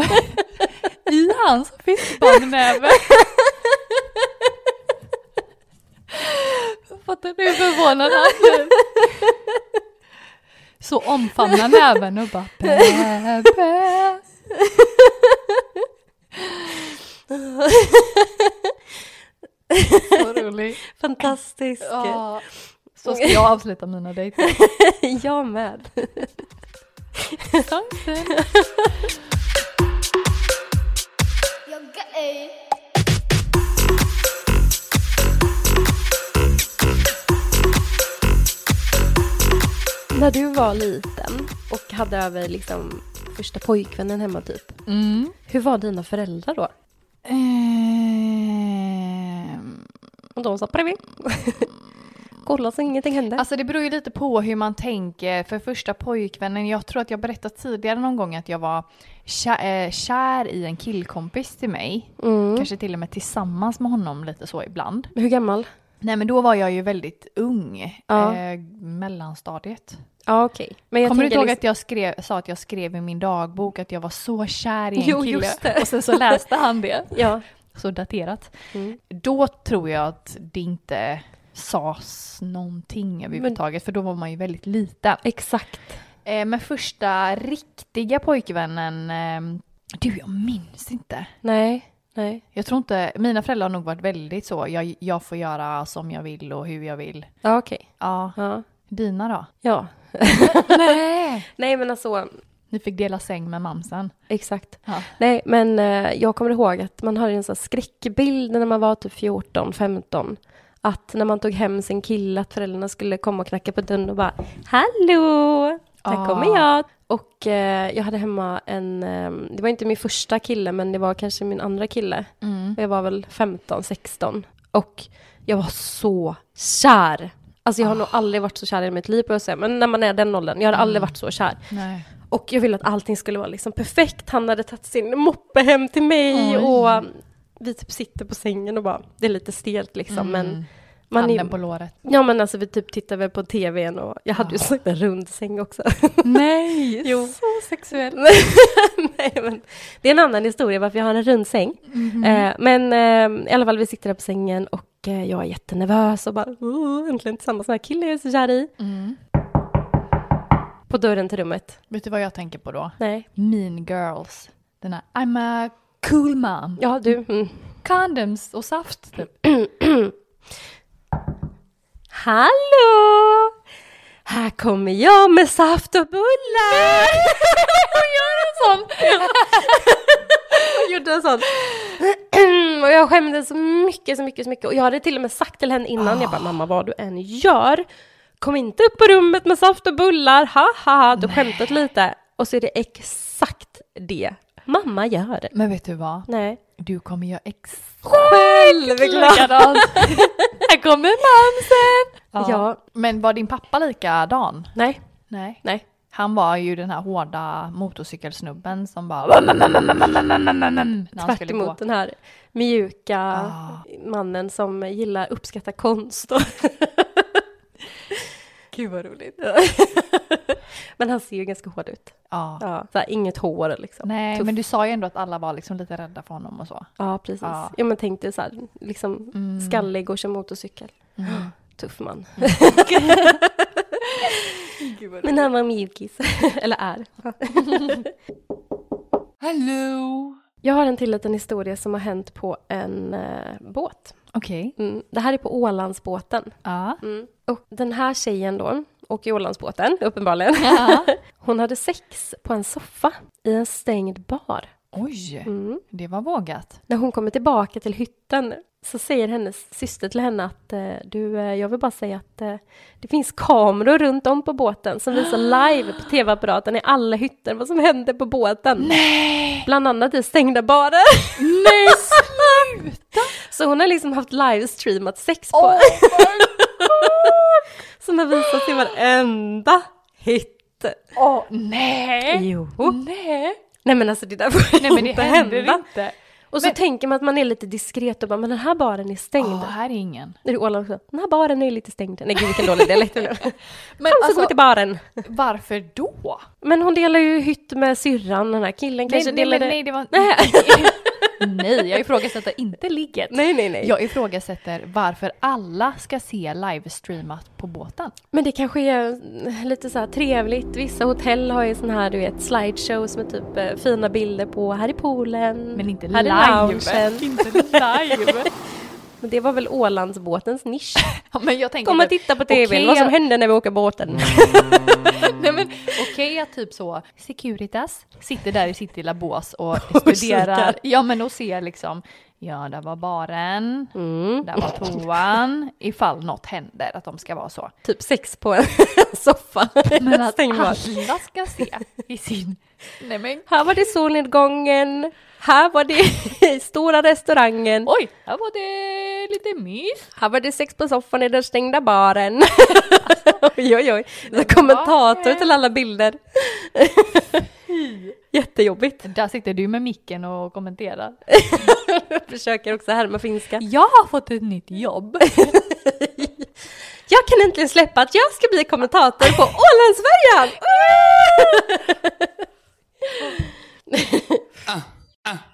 Speaker 2: I hans fiskbandnäve. Fattar du hur förvånad han blev? Så omfamnar näven och bara bä, bä. Så rolig.
Speaker 1: Fantastisk.
Speaker 2: Ja. Så ska jag avsluta mina dejter.
Speaker 1: <laughs> Jag med.
Speaker 7: You're gay.
Speaker 1: När du var liten och hade över liksom första pojkvännen hemma typ.
Speaker 2: Mm.
Speaker 1: Hur var dina föräldrar då?
Speaker 2: Ehm,
Speaker 1: Och de sa bredvid. <laughs> Kolla så ingenting hände.
Speaker 2: Alltså det beror ju lite på hur man tänker. För första pojkvännen, jag tror att jag berättat tidigare någon gång att jag var kär, eh, kär i en killkompis till mig.
Speaker 1: mm.
Speaker 2: Kanske till och med tillsammans med honom lite så ibland.
Speaker 1: Hur gammal?
Speaker 2: Nej men då var jag ju väldigt ung.
Speaker 1: Ja.
Speaker 2: Eh, mellanstadiet.
Speaker 1: Ja okej. Men
Speaker 2: Kommer du inte
Speaker 1: tänker liksom-
Speaker 2: ihåg att jag skrev, sa att jag skrev i min dagbok att jag var så kär i en
Speaker 1: Jo,
Speaker 2: kille?
Speaker 1: just det.
Speaker 2: Och sen så läste
Speaker 1: <laughs>
Speaker 2: han det.
Speaker 1: liksom- Ja.
Speaker 2: Så daterat.
Speaker 1: Mm.
Speaker 2: Då tror jag att det inte sades någonting överhuvudtaget för då var man ju väldigt liten.
Speaker 1: Exakt.
Speaker 2: Eh, men första riktiga pojkvännen, eh, du jag minns inte.
Speaker 1: Nej. Nej.
Speaker 2: Jag tror inte, mina föräldrar har nog varit väldigt så, jag, jag får göra som jag vill och hur jag vill.
Speaker 1: Ja okej.
Speaker 2: Ja,
Speaker 1: Ja.
Speaker 2: dina då?
Speaker 1: Ja. <laughs>
Speaker 2: Nej!
Speaker 1: Nej men alltså.
Speaker 2: <laughs> Ni fick dela säng med mamsen.
Speaker 1: Exakt.
Speaker 2: Ja.
Speaker 1: Nej, men eh, jag kommer ihåg att man hade en sån här skräckbild när man var typ 14, 15. Att när man tog hem sin kille, att föräldrarna skulle komma och knacka på dörren och bara Hallå! Här
Speaker 2: Ah.
Speaker 1: kommer jag! Och eh, jag hade hemma en, eh, det var inte min första kille, men det var kanske min andra kille.
Speaker 2: Mm.
Speaker 1: Jag var väl 15, 16. Och jag var så kär! Alltså jag
Speaker 2: Ah.
Speaker 1: har nog aldrig varit så kär i mitt liv på att säga, men när man är den åldern, jag har
Speaker 2: Mm.
Speaker 1: aldrig varit så kär.
Speaker 2: Nej.
Speaker 1: Och jag ville att allting skulle vara liksom perfekt. Han hade tagit sin moppe hem till mig
Speaker 2: Oj.
Speaker 1: och vi typ sitter på sängen och bara, det är lite stelt liksom
Speaker 2: Mm.
Speaker 1: men man
Speaker 2: Handen
Speaker 1: är,
Speaker 2: på låret.
Speaker 1: Ja men alltså vi typ tittar väl på tvn och jag hade ju sagt en rund säng
Speaker 2: <laughs>
Speaker 1: också.
Speaker 2: Nej!
Speaker 1: Jo.
Speaker 2: Så sexuellt.
Speaker 1: <laughs> Nej, men, det är en annan historia varför jag har en rund säng.
Speaker 2: Mhm.
Speaker 1: Eh, men eh, i alla fall vi sitter där på sängen och eh, jag är jättenervös och bara "Åh, äntligen tillsammans med den här killen jag är så kär i.
Speaker 2: Mm.
Speaker 1: På dörren till rummet.
Speaker 2: Vet du vad jag tänker på då?
Speaker 1: Nej.
Speaker 2: Mean Girls. Den här I'm a cool mom.
Speaker 1: Ja du. Mm.
Speaker 2: Condoms och saft typ.
Speaker 1: Hallå! Här kommer jag med saft och bullar! <laughs> Hon gör en sån! Hon <laughs> gjorde en sån. <clears throat> Och jag skämdes så mycket, så mycket, så mycket. Och jag hade till och med sagt till henne innan, jag bara mamma vad du än gör, kom inte upp på rummet med saft och bullar, ha ha ha, du har skämtat lite. Och så är det exakt det mamma gör.
Speaker 2: Men vet du vad?
Speaker 1: Nej.
Speaker 2: Du kommer göra exakt
Speaker 1: Självklart!
Speaker 2: likadant.
Speaker 1: <laughs> Här kommer mamsen!
Speaker 2: ja.
Speaker 1: Ja,
Speaker 2: Men var din pappa likadan?
Speaker 1: nej,
Speaker 2: Nej.
Speaker 1: nej.
Speaker 2: Han var ju den här hårda motorcykelsnubben som bara... när han
Speaker 1: Tvärt
Speaker 2: skulle gå.
Speaker 1: emot den här mjuka
Speaker 2: Ah.
Speaker 1: mannen som gillar uppskatta
Speaker 2: <laughs>
Speaker 1: konst. Och Gud vad roligt. <laughs> men han ser ju ganska hård ut.
Speaker 2: Ja.
Speaker 1: Ja, så här, inget hår liksom.
Speaker 2: Nej,
Speaker 1: Tuff.
Speaker 2: men du sa ju ändå att alla var liksom lite rädda för honom och så.
Speaker 1: Ja, precis.
Speaker 2: Ja. Mm.
Speaker 1: Ja. men tänk dig så här, liksom skallig och kör motorcykel. <gasps> Tuff man. <laughs> men han var mjukis. <laughs> Eller är.
Speaker 2: Hello!
Speaker 1: Jag har en till liten historia som har hänt på en eh, båt.
Speaker 2: Okej.
Speaker 1: Mm. Det här är på Ålandsbåten.
Speaker 2: Ja.
Speaker 1: Mm. Och den här tjejen då, och i Ålandsbåten uppenbarligen,
Speaker 2: Ja.
Speaker 1: <laughs> hon hade sex på en soffa i en stängd bar.
Speaker 2: Oj,
Speaker 1: Mm.
Speaker 2: det var vågat.
Speaker 1: När hon kommer tillbaka till hytten så säger hennes syster till henne att eh, du, eh, jag vill bara säga att eh, det finns kameror runt om på båten som visar live på tv-apparaten i alla hytter vad som händer på båten.
Speaker 2: Nej!
Speaker 1: Bland annat i stängda barer.
Speaker 2: Nej,
Speaker 1: <laughs>
Speaker 2: sluta!
Speaker 1: Så hon har liksom haft livestreamat sex
Speaker 2: Åh,
Speaker 1: på <laughs> som har visats i varenda hytt.
Speaker 2: åh, nej!
Speaker 1: Jo.
Speaker 2: Nej!
Speaker 1: Nej men alltså det där får
Speaker 2: Nej men det
Speaker 1: inte
Speaker 2: händer
Speaker 1: hända.
Speaker 2: inte.
Speaker 1: Och så
Speaker 2: Men-
Speaker 1: tänker man att man är lite diskret och bara, men den här baren är stängd.
Speaker 2: Åh, här är ingen.
Speaker 1: När du ålar också, den här baren är ju lite stängd. Nej gud vilken dålig dialekt. <laughs> Men
Speaker 2: Men
Speaker 1: alltså,
Speaker 2: alltså,
Speaker 1: går till baren.
Speaker 2: varför då?
Speaker 1: Men hon delar ju hytt med syrran, den här killen kanske
Speaker 2: nej, nej,
Speaker 1: delade...
Speaker 2: men nej, det var
Speaker 1: Nej.
Speaker 2: <laughs> nej, jag ifrågasätter inte ligget.
Speaker 1: nej, nej, nej.
Speaker 2: Jag ifrågasätter varför alla ska se livestreamat på båten.
Speaker 1: Men det kanske är eh, lite så här trevligt. Vissa hotell har ju sån här, du vet, slideshows med typ eh, fina bilder på här i poolen.
Speaker 2: Men inte
Speaker 1: här
Speaker 2: live.
Speaker 1: loungen.
Speaker 2: Inte live.
Speaker 1: Men det var väl Ålandsbåtens nisch.
Speaker 2: <laughs> Ja, men jag tänker
Speaker 1: Kom och
Speaker 2: typ,
Speaker 1: titta på TVn,
Speaker 2: okej,
Speaker 1: vad som
Speaker 2: att-
Speaker 1: hände när vi åker båten. <laughs>
Speaker 2: Nej men okej att typ så Securitas sitter där i sitt lilla bås <laughs> och studerar.
Speaker 1: kikar.
Speaker 2: ja men och ser liksom, ja där var baren,
Speaker 1: Mm.
Speaker 2: där var toan, ifall något händer att de ska vara så.
Speaker 1: Typ sex på en <laughs> soffa.
Speaker 2: Men <laughs> att
Speaker 1: Stängd bar.
Speaker 2: alla ska se i sin... Nej men
Speaker 1: Här var det solnedgången. Här var det <laughs> i stora restaurangen.
Speaker 2: oj, här var det lite mys.
Speaker 1: Här var det sex på soffan i den stängda baren. <laughs> oj, oj, oj. Så kommentator till alla bilder. <laughs> Jättejobbigt.
Speaker 2: Där sitter du med micken och kommenterar.
Speaker 1: Jag försöker också härma finska.
Speaker 2: Jag har fått ett nytt jobb.
Speaker 1: Jag kan äntligen släppa att jag ska bli kommentator på Ålandsfärjan! <laughs>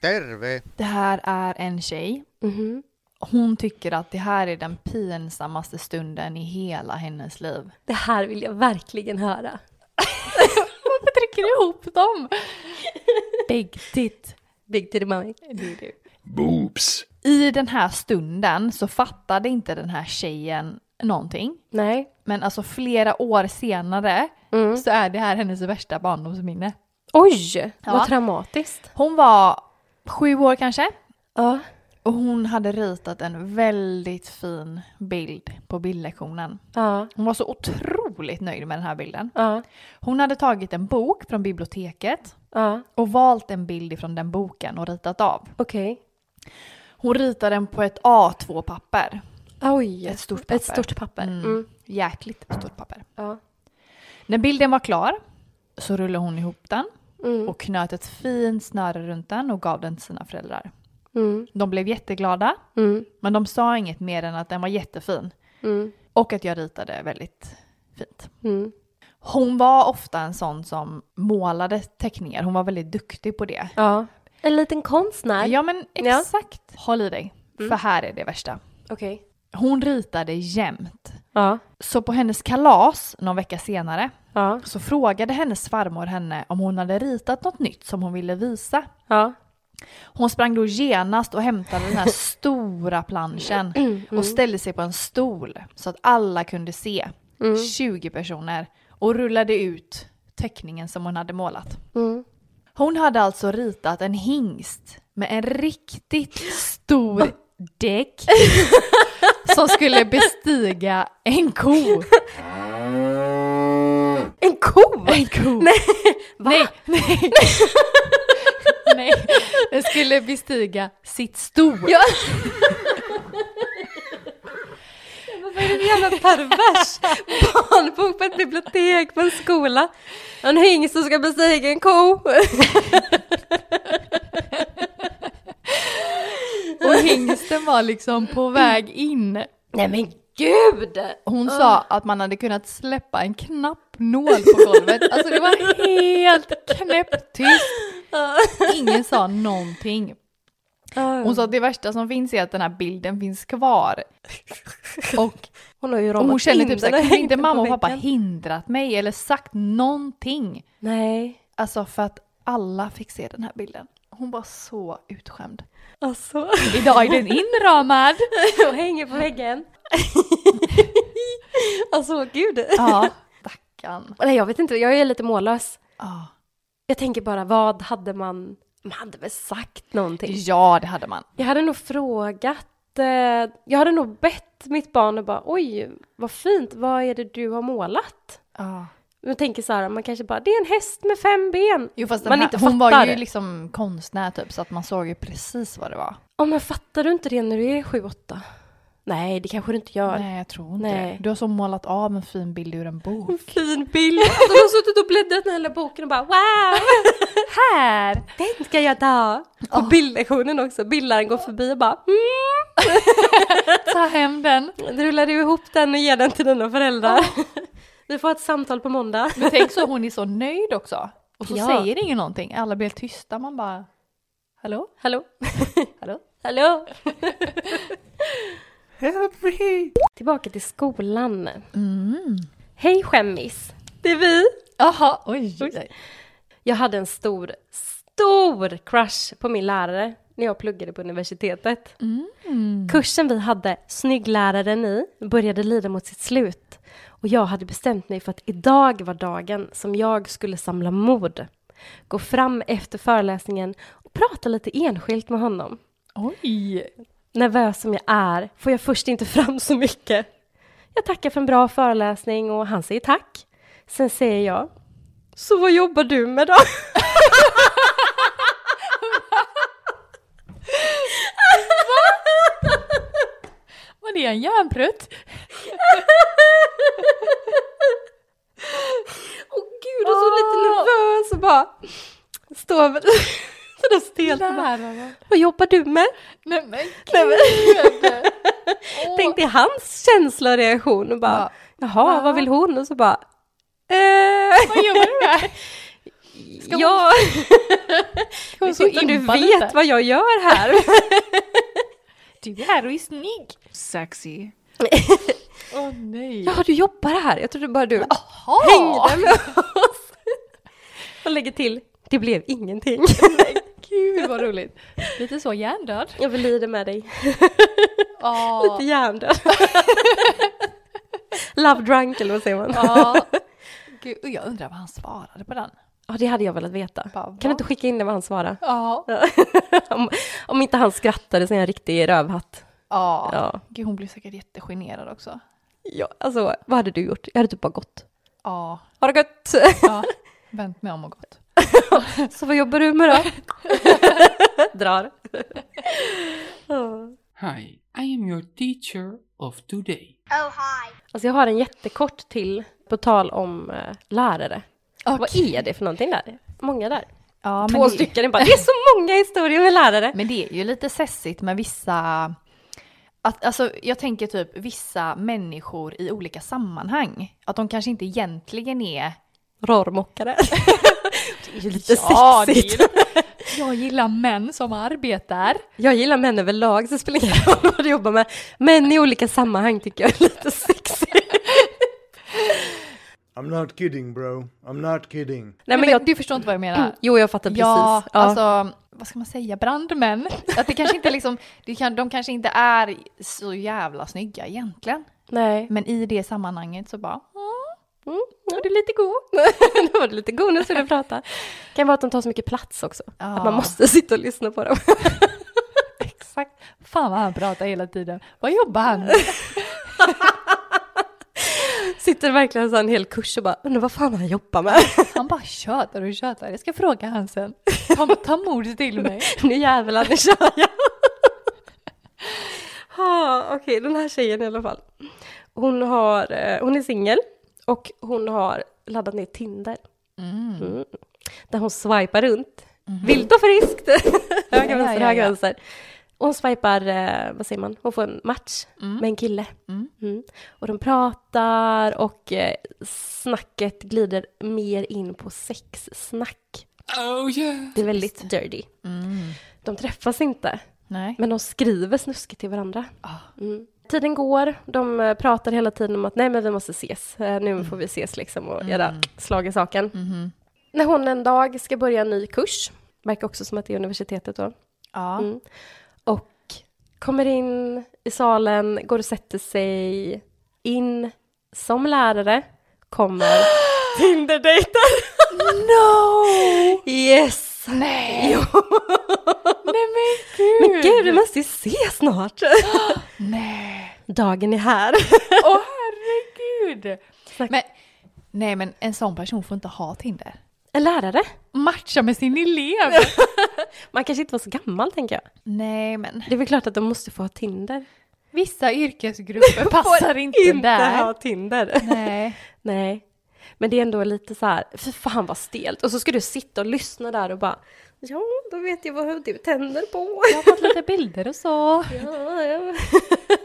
Speaker 4: Terve!
Speaker 2: Det här är en tjej.
Speaker 1: Mhm.
Speaker 2: Hon tycker att det här är den pinsammaste stunden i hela hennes liv.
Speaker 1: Det här vill jag verkligen höra.
Speaker 2: Varför trycker du ihop dem? Big tit.
Speaker 1: Big Titty Mommy.
Speaker 3: Boops.
Speaker 2: I den här stunden så fattade inte den här tjejen någonting.
Speaker 1: Nej.
Speaker 2: Men alltså flera år senare så är det här hennes värsta barndomsminne.
Speaker 1: Oj,
Speaker 2: Ja.
Speaker 1: vad traumatiskt.
Speaker 2: Hon var sju år kanske
Speaker 1: Ja.
Speaker 2: och hon hade ritat en väldigt fin bild på bildlektionen.
Speaker 1: Ja.
Speaker 2: Hon var så otroligt nöjd med den här bilden.
Speaker 1: Ja.
Speaker 2: Hon hade tagit en bok från biblioteket
Speaker 1: Ja.
Speaker 2: och valt en bild ifrån den boken och ritat av.
Speaker 1: Okej.
Speaker 2: Hon ritade den på ett A2-papper.
Speaker 1: Oj.
Speaker 2: Ett stort papper.
Speaker 1: Ett stort papper.
Speaker 2: Mm.
Speaker 1: Mm.
Speaker 2: Jäkligt stort papper.
Speaker 1: Ja.
Speaker 2: När bilden var klar så rullade hon ihop den
Speaker 1: Mm.
Speaker 2: och knöt ett fint snöre runt den och gav den till sina föräldrar.
Speaker 1: Mm.
Speaker 2: De blev jätteglada,
Speaker 1: Mm.
Speaker 2: men de sa inget mer än att den var jättefin
Speaker 1: Mm.
Speaker 2: och att jag ritade väldigt fint.
Speaker 1: Mm.
Speaker 2: Hon var ofta en sån som målade teckningar, hon var väldigt duktig på det.
Speaker 1: Ja. En liten konstnär.
Speaker 2: Ja men
Speaker 1: Ja. Mm.
Speaker 2: exakt, håll i dig, för här är det värsta.
Speaker 1: Okej.
Speaker 2: Hon ritade jämt.
Speaker 1: Ja.
Speaker 2: Så på hennes kalas någon vecka senare
Speaker 1: Ja.
Speaker 2: så frågade hennes farmor henne om hon hade ritat något nytt som hon ville visa.
Speaker 1: Ja.
Speaker 2: Hon sprang då genast och hämtade den här stora planschen och ställde sig på en stol så att alla kunde se. 20 personer och rullade ut teckningen som hon hade målat.
Speaker 1: Mm.
Speaker 2: Hon hade alltså ritat en hingst med en riktigt stor däck som skulle bestiga en ko.
Speaker 1: En <laughs> ko!
Speaker 2: En ko. Nej, nej, nej. nej. Den skulle bestiga sitt sto.
Speaker 1: Ja. Vad är det för jävla pervers <laughs> barnbok på ett bibliotek på en skola? En hingst som ska bestiga en ko. <laughs>
Speaker 2: <laughs> Och hingsten var liksom på väg in.
Speaker 1: Nej men gud!
Speaker 2: Hon sa att man hade kunnat släppa en knappnål på golvet. Alltså det var helt knäpptyst. Ah. Ingen sa någonting. Hon sa att det värsta som finns är att den här bilden finns kvar. Och
Speaker 1: Hon har ju
Speaker 2: Och
Speaker 1: ramat
Speaker 2: hon känner
Speaker 1: in
Speaker 2: typ
Speaker 1: den
Speaker 2: såhär,
Speaker 1: och
Speaker 2: kunde
Speaker 1: hängt
Speaker 2: inte
Speaker 1: den på
Speaker 2: mamma och pappa
Speaker 1: väggen.
Speaker 2: hindrat mig eller sagt någonting?
Speaker 1: Nej,
Speaker 2: Alltså för att alla fick se den här bilden. Hon var så utskämd.
Speaker 1: <laughs> alltså.
Speaker 2: Idag är den inramad.
Speaker 1: Och hänger på <laughs> väggen. alltså gud.
Speaker 2: Ja, <laughs> stackarn.
Speaker 1: Nej jag vet inte, jag är lite mållös.
Speaker 2: Ja.
Speaker 1: Jag tänker bara, vad hade man... Man hade väl sagt någonting?
Speaker 2: ja, det hade man.
Speaker 1: Jag hade nog frågat... Eh, jag hade nog bett mitt barn att bara, oj, vad fint, vad är det du har målat?
Speaker 2: Ja.
Speaker 1: Man tänker så här, man kanske bara, det är en häst med fem ben.
Speaker 2: Jo fast den
Speaker 1: Man
Speaker 2: här,
Speaker 1: inte
Speaker 2: hon var
Speaker 1: fattar.
Speaker 2: ju liksom konstnär typ så att man såg ju precis vad det var.
Speaker 1: Ja, men fattar du inte det när du är sju, åtta? Nej, det kanske du inte gör.
Speaker 2: Nej, jag tror inte
Speaker 1: Nej.
Speaker 2: det. Du har så målat av en fin bild ur en bok. <laughs>
Speaker 1: En fin bild. Alltså, du har suttit och bläddrat i den här lilla boken och bara
Speaker 2: <laughs>
Speaker 1: wow! Här! Den ska jag ta! På bildlektionen också. Bildläraren går förbi och bara mm.
Speaker 2: Ta hem den.
Speaker 1: Du rullar du ihop den och ger den till dina föräldrar. <laughs> Vi får ett samtal på måndag.
Speaker 2: Men tänk så hon är så nöjd också. Och så
Speaker 1: Ja.
Speaker 2: säger ingen någonting. Alla blir helt tysta. Man bara, hallå? <laughs>
Speaker 1: Hallå? Hallå? Hallå? <laughs> Help me! Tillbaka till skolan. Hej skämmis! Det är vi!
Speaker 2: Jaha, oj.
Speaker 1: Jag hade en stor, stor crush på min lärare när jag pluggade på universitetet. Kursen vi hade, snyggläraren i, började lida mot sitt slut. Och jag hade bestämt mig för att idag var dagen som jag skulle samla mod. Gå fram efter föreläsningen och prata lite enskilt med honom.
Speaker 2: Oj.
Speaker 1: Nervös som jag är får jag först inte <laughs> fram så mycket. Jag tackar för en bra föreläsning och han säger tack. Sen säger jag, så vad jobbar du med då?
Speaker 2: Var det en järnprutt?
Speaker 1: <laughs> Åh gud, och så lite nervös och bara står <laughs> med sådär stelt och bara,
Speaker 2: Lärare.
Speaker 1: vad jobbar du med?
Speaker 2: Nej men gud.
Speaker 1: Nej, men,
Speaker 2: <laughs> Åh.
Speaker 1: tänkte jag hans känsla och reaktion och bara, jaha, vad vill hon? Och så bara, eh,
Speaker 2: Vad jobbar du med? Ska hon-
Speaker 1: ja, jag
Speaker 2: hon
Speaker 1: vet
Speaker 2: så
Speaker 1: inte om Alltså, du
Speaker 2: impa
Speaker 1: vet
Speaker 2: lite?
Speaker 1: vad jag gör här.
Speaker 2: Du är Typ, här och är snygg. <laughs>
Speaker 8: Sexy.
Speaker 2: Åh nej.
Speaker 1: <laughs> Ja, du jobbar här, jag trodde bara du
Speaker 2: Jaha.
Speaker 1: hängde med oss. <laughs> Och lägger till, det blev <laughs> ingenting.
Speaker 2: Gud vad roligt. Lite så hjärndöd.
Speaker 1: Jag vill lida med dig.
Speaker 2: Ja.
Speaker 1: Lite hjärndöd. <laughs> Love drunk eller vad säger man?
Speaker 2: <laughs> Ja. Gud, och jag undrar vad han svarade på den.
Speaker 1: Ja, det hade jag velat veta.
Speaker 2: Bara,
Speaker 1: kan
Speaker 2: va?
Speaker 1: du inte skicka in det vad han svarade?
Speaker 2: Ja.
Speaker 1: <laughs> om, om inte han skrattade som en riktig rövhatt.
Speaker 2: Ja.
Speaker 1: Ja.
Speaker 2: Gud, hon blev säkert jättegenerad också.
Speaker 1: Ja, alltså vad hade du gjort? Jag hade typ bara gått.
Speaker 2: Ja.
Speaker 1: Har det <laughs> gött!
Speaker 2: <laughs> ja. Vänt mig om och gått.
Speaker 1: Så vad jobbar du med <laughs> då? Drar. Ja.
Speaker 9: Hi, I am your teacher of today.
Speaker 7: Oh, hi.
Speaker 1: Alltså jag har en jättekort till på tal om eh, lärare. Vad är det för någonting där? Många där.
Speaker 2: Ja,
Speaker 1: Två
Speaker 2: men det-
Speaker 1: stycken. Jag Bara, det är så många historier med lärare.
Speaker 2: Men det är ju lite sessigt med vissa... Att, alltså, jag tänker typ vissa människor i olika sammanhang. Att de kanske inte egentligen är...
Speaker 1: Rörmokare. det är ju lite
Speaker 2: Ja, det är ju
Speaker 1: sexigt.
Speaker 2: <laughs> Jag gillar män som arbetar.
Speaker 1: Jag gillar män överlag, så det spelar ingen roll vad du jobbar med. Män i olika sammanhang tycker jag är lite sexigt.
Speaker 10: I'm not kidding, bro. I'm not kidding.
Speaker 1: Nej, men jag,
Speaker 2: Du förstår inte vad jag menar.
Speaker 1: jo, jag fattar precis.
Speaker 2: Ja,
Speaker 1: Ja,
Speaker 2: alltså vad ska man säga, brandmän. <laughs> Att det kanske inte liksom, det kan, de kanske inte är så jävla snygga egentligen.
Speaker 1: Nej.
Speaker 2: Men i det sammanhanget så bara, "Mm,
Speaker 1: Mm, ja, du är lite god. <laughs> nu var du lite god, nu ska du prata. kan vara att de tar så mycket plats också.
Speaker 2: Ja.
Speaker 1: Att man måste sitta och lyssna på dem.
Speaker 2: exakt, fan vad han pratar hela tiden. Vad jobbar han <laughs> med?
Speaker 1: Sitter verkligen så en hel kurs och bara, undrar vad fan han jobbar med.
Speaker 2: Han bara tjötar och tjötar. Jag ska fråga han sen. Ta, ta mod till mig.
Speaker 1: <laughs> nu jävlar, nu kör jag. <laughs> ha, Okej, den här tjejen i alla fall. Hon, har, eh, hon är singel och hon har laddat ner Tinder. Mm. Där hon swipar runt. Vilt och friskt! <laughs> höger,
Speaker 2: Mm-hmm. Ja,
Speaker 1: vänster,
Speaker 2: ja,
Speaker 1: höger,
Speaker 2: ja.
Speaker 1: vänster. Och hon swipar, eh, vad säger man, hon får en match med en kille. Mm. Och de pratar och eh, snacket glider mer in på sexsnack.
Speaker 9: Oh yeah.
Speaker 1: Det är väldigt dirty. De träffas inte,
Speaker 2: Nej.
Speaker 1: men de skriver snuskigt till varandra. Mm. Tiden går, de eh, pratar hela tiden om att nej men vi måste ses, Eh, nu får vi ses liksom och göra slag i saken. När hon en dag ska börja en ny kurs, verkar också som att det är universitetet då,
Speaker 2: Ja.
Speaker 1: Mm. och kommer in i salen, går och sätter sig, in som lärare, kommer Tinder-dejtar.
Speaker 2: No!
Speaker 1: Yes!
Speaker 2: Nej!
Speaker 1: Jo.
Speaker 2: Nej <laughs> men gud!
Speaker 1: Men gud, vi måste ju ses snart!
Speaker 2: <gasps> Nej!
Speaker 1: Dagen är här.
Speaker 2: Åh herregud!
Speaker 1: Tack.
Speaker 2: Men, nej men en sån person får inte ha Tinder.
Speaker 1: En lärare?
Speaker 2: Matcha med sin <laughs> elev!
Speaker 1: Man kanske inte var så gammal, tänker jag.
Speaker 2: nej men.
Speaker 1: Det är väl klart att de måste få ha Tinder.
Speaker 2: Vissa yrkesgrupper passar inte,
Speaker 1: Inte
Speaker 2: där.
Speaker 1: ha Tinder. <laughs>
Speaker 2: Nej.
Speaker 1: Nej. Men det är ändå lite så här, för fan vad stelt. Och så ska du sitta och lyssna där och bara, ja, då vet jag vad du tänder på.
Speaker 2: Jag har fått lite bilder och så.
Speaker 1: <laughs> Ja, ja.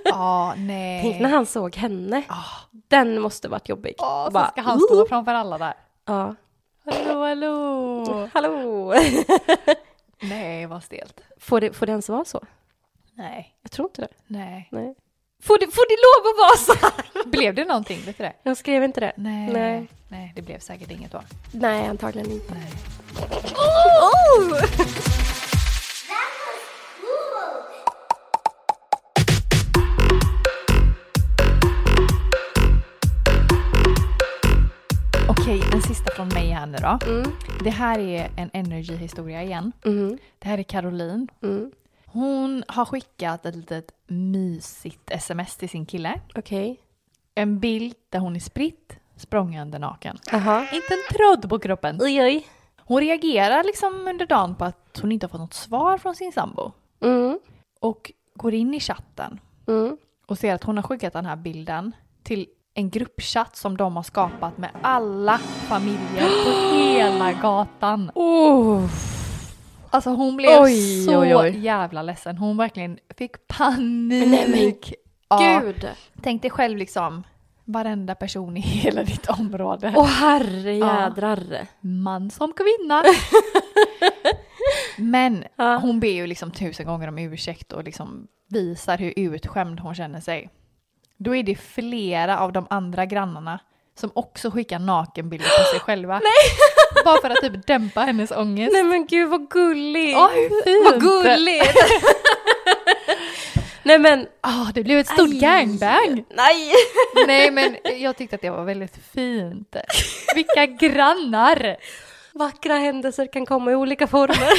Speaker 2: Ja,
Speaker 1: Tänk
Speaker 2: nej.
Speaker 1: när han såg henne. Den måste varit jobbig.
Speaker 2: Ja, Ah. så
Speaker 1: Bara,
Speaker 2: ska han stå
Speaker 1: "Uh."
Speaker 2: framför alla där.
Speaker 1: Ja.
Speaker 2: Hallå, hallå.
Speaker 1: <laughs> Hallå!
Speaker 2: Nej, vad stelt.
Speaker 1: Får det, får det ens vara så?
Speaker 2: Nej,
Speaker 1: Jag tror inte det.
Speaker 2: nej.
Speaker 1: Nej. Får det, får det lov att vara så?
Speaker 2: Blev det någonting? Vet du det?
Speaker 1: Jag skrev inte det.
Speaker 2: Nej.
Speaker 1: Nej.
Speaker 2: nej. det blev säkert inget då.
Speaker 1: Nej, antagligen inte.
Speaker 2: Nej.
Speaker 1: Oh!
Speaker 2: Okej, en sista från mig här nu då. Det här är en energy-historia igen.
Speaker 1: Mm.
Speaker 2: Det här är Caroline.
Speaker 1: Mm.
Speaker 2: Hon har skickat ett litet mysigt sms till sin kille.
Speaker 1: Okej.
Speaker 2: En bild där hon är spritt språngande naken.
Speaker 1: Aha.
Speaker 2: Inte en tråd på kroppen.
Speaker 1: Oj, oj.
Speaker 2: Hon reagerar liksom under dagen på att hon inte har fått något svar från sin sambo.
Speaker 1: Mm.
Speaker 2: Och går in i chatten
Speaker 1: Mm.
Speaker 2: och ser att hon har skickat den här bilden till en gruppchatt som de har skapat med alla familjer
Speaker 1: <gasps>
Speaker 2: på hela gatan.
Speaker 1: Oh.
Speaker 2: Alltså hon blev
Speaker 1: Oj,
Speaker 2: så
Speaker 1: oj, oj.
Speaker 2: jävla ledsen. Hon verkligen fick panik.
Speaker 1: Nej, men
Speaker 2: Ja,
Speaker 1: Gud!
Speaker 2: tänk dig själv liksom varenda person i <laughs> hela ditt område.
Speaker 1: Åh herrejädrar!
Speaker 2: Man
Speaker 1: <laughs>
Speaker 2: som kvinna. Men
Speaker 1: Ja.
Speaker 2: hon ber ju liksom tusen gånger om ursäkt och liksom visar hur utskämd hon känner sig. Då är det flera av de andra grannarna som också skickar nakenbilder
Speaker 1: <gasps>
Speaker 2: på sig själva. <laughs> Bara för att typ dämpa hennes ångest.
Speaker 1: Nej men gud vad gulligt!
Speaker 2: Åh, hur fint!
Speaker 1: Vad gulligt! <laughs> Nej men,
Speaker 2: Ah, det blev ett stort
Speaker 1: Aj.
Speaker 2: gangbang!
Speaker 1: nej!
Speaker 2: Nej men jag tyckte att det var väldigt fint. Vilka grannar!
Speaker 1: Vackra händelser kan komma i olika <laughs> former.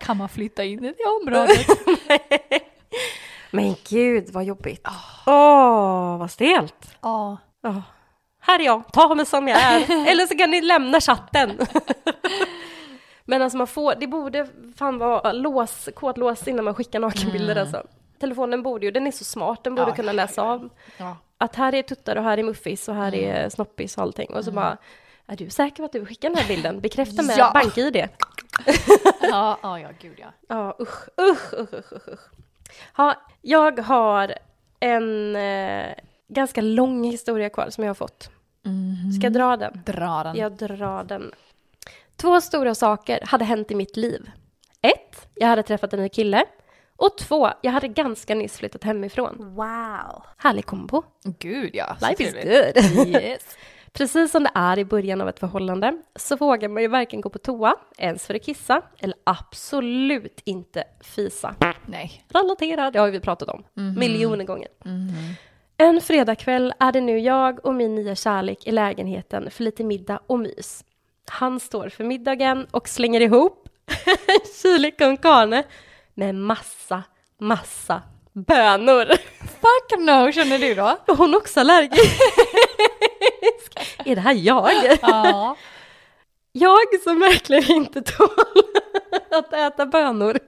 Speaker 2: Kan man flytta in i det
Speaker 1: <laughs>
Speaker 2: området?
Speaker 1: men gud vad jobbigt. Åh, vad stelt.
Speaker 2: Ja.
Speaker 1: Åh. Här är jag, ta mig som jag <laughs> är. Eller så kan ni lämna chatten. <laughs> men alltså man får, det borde fan vara lås, kodlås innan man skickar nakenbilder alltså. Telefonen borde ju, den är så smart, den borde
Speaker 2: Ja.
Speaker 1: kunna läsa av.
Speaker 2: ja.
Speaker 1: att här är tuttar och här är muffis och här är snoppis och allting. Och så bara, är du säker på att du skickar den här bilden? Bekräfta med
Speaker 2: Ja.
Speaker 1: bank-id.
Speaker 2: Ja, ja, ja, gud ja.
Speaker 1: Ja, usch, usch, usch, usch, usch, usch. Ja, jag har en eh, ganska lång historia kvar som jag har fått. Ska jag dra den?
Speaker 2: Dra den.
Speaker 1: Jag drar den. Två stora saker hade hänt i mitt liv. Ett, jag hade träffat en ny kille. Och två, jag hade ganska nyss flyttat hemifrån.
Speaker 7: Wow.
Speaker 1: Härlig kombo.
Speaker 2: Gud ja. så
Speaker 1: Life is
Speaker 2: trevligt.
Speaker 1: good. <laughs>
Speaker 2: Yes.
Speaker 1: Precis som det är i början av ett förhållande så vågar man ju varken gå på toa, ens för att kissa, eller absolut inte fisa.
Speaker 2: Nej.
Speaker 1: Relaterad, det har ju vi pratat om miljoner gånger. En fredagkväll är det nu jag och min nya kärlek i lägenheten för lite middag och mys. Han står för middagen och slänger ihop <laughs> en chili con carne med massa, massa bönor. <laughs>
Speaker 2: Fuck no, känner du då?
Speaker 1: Och hon också allergisk. är det här jag?
Speaker 2: Ja.
Speaker 1: Jag som verkligen inte tål <laughs> att äta bönor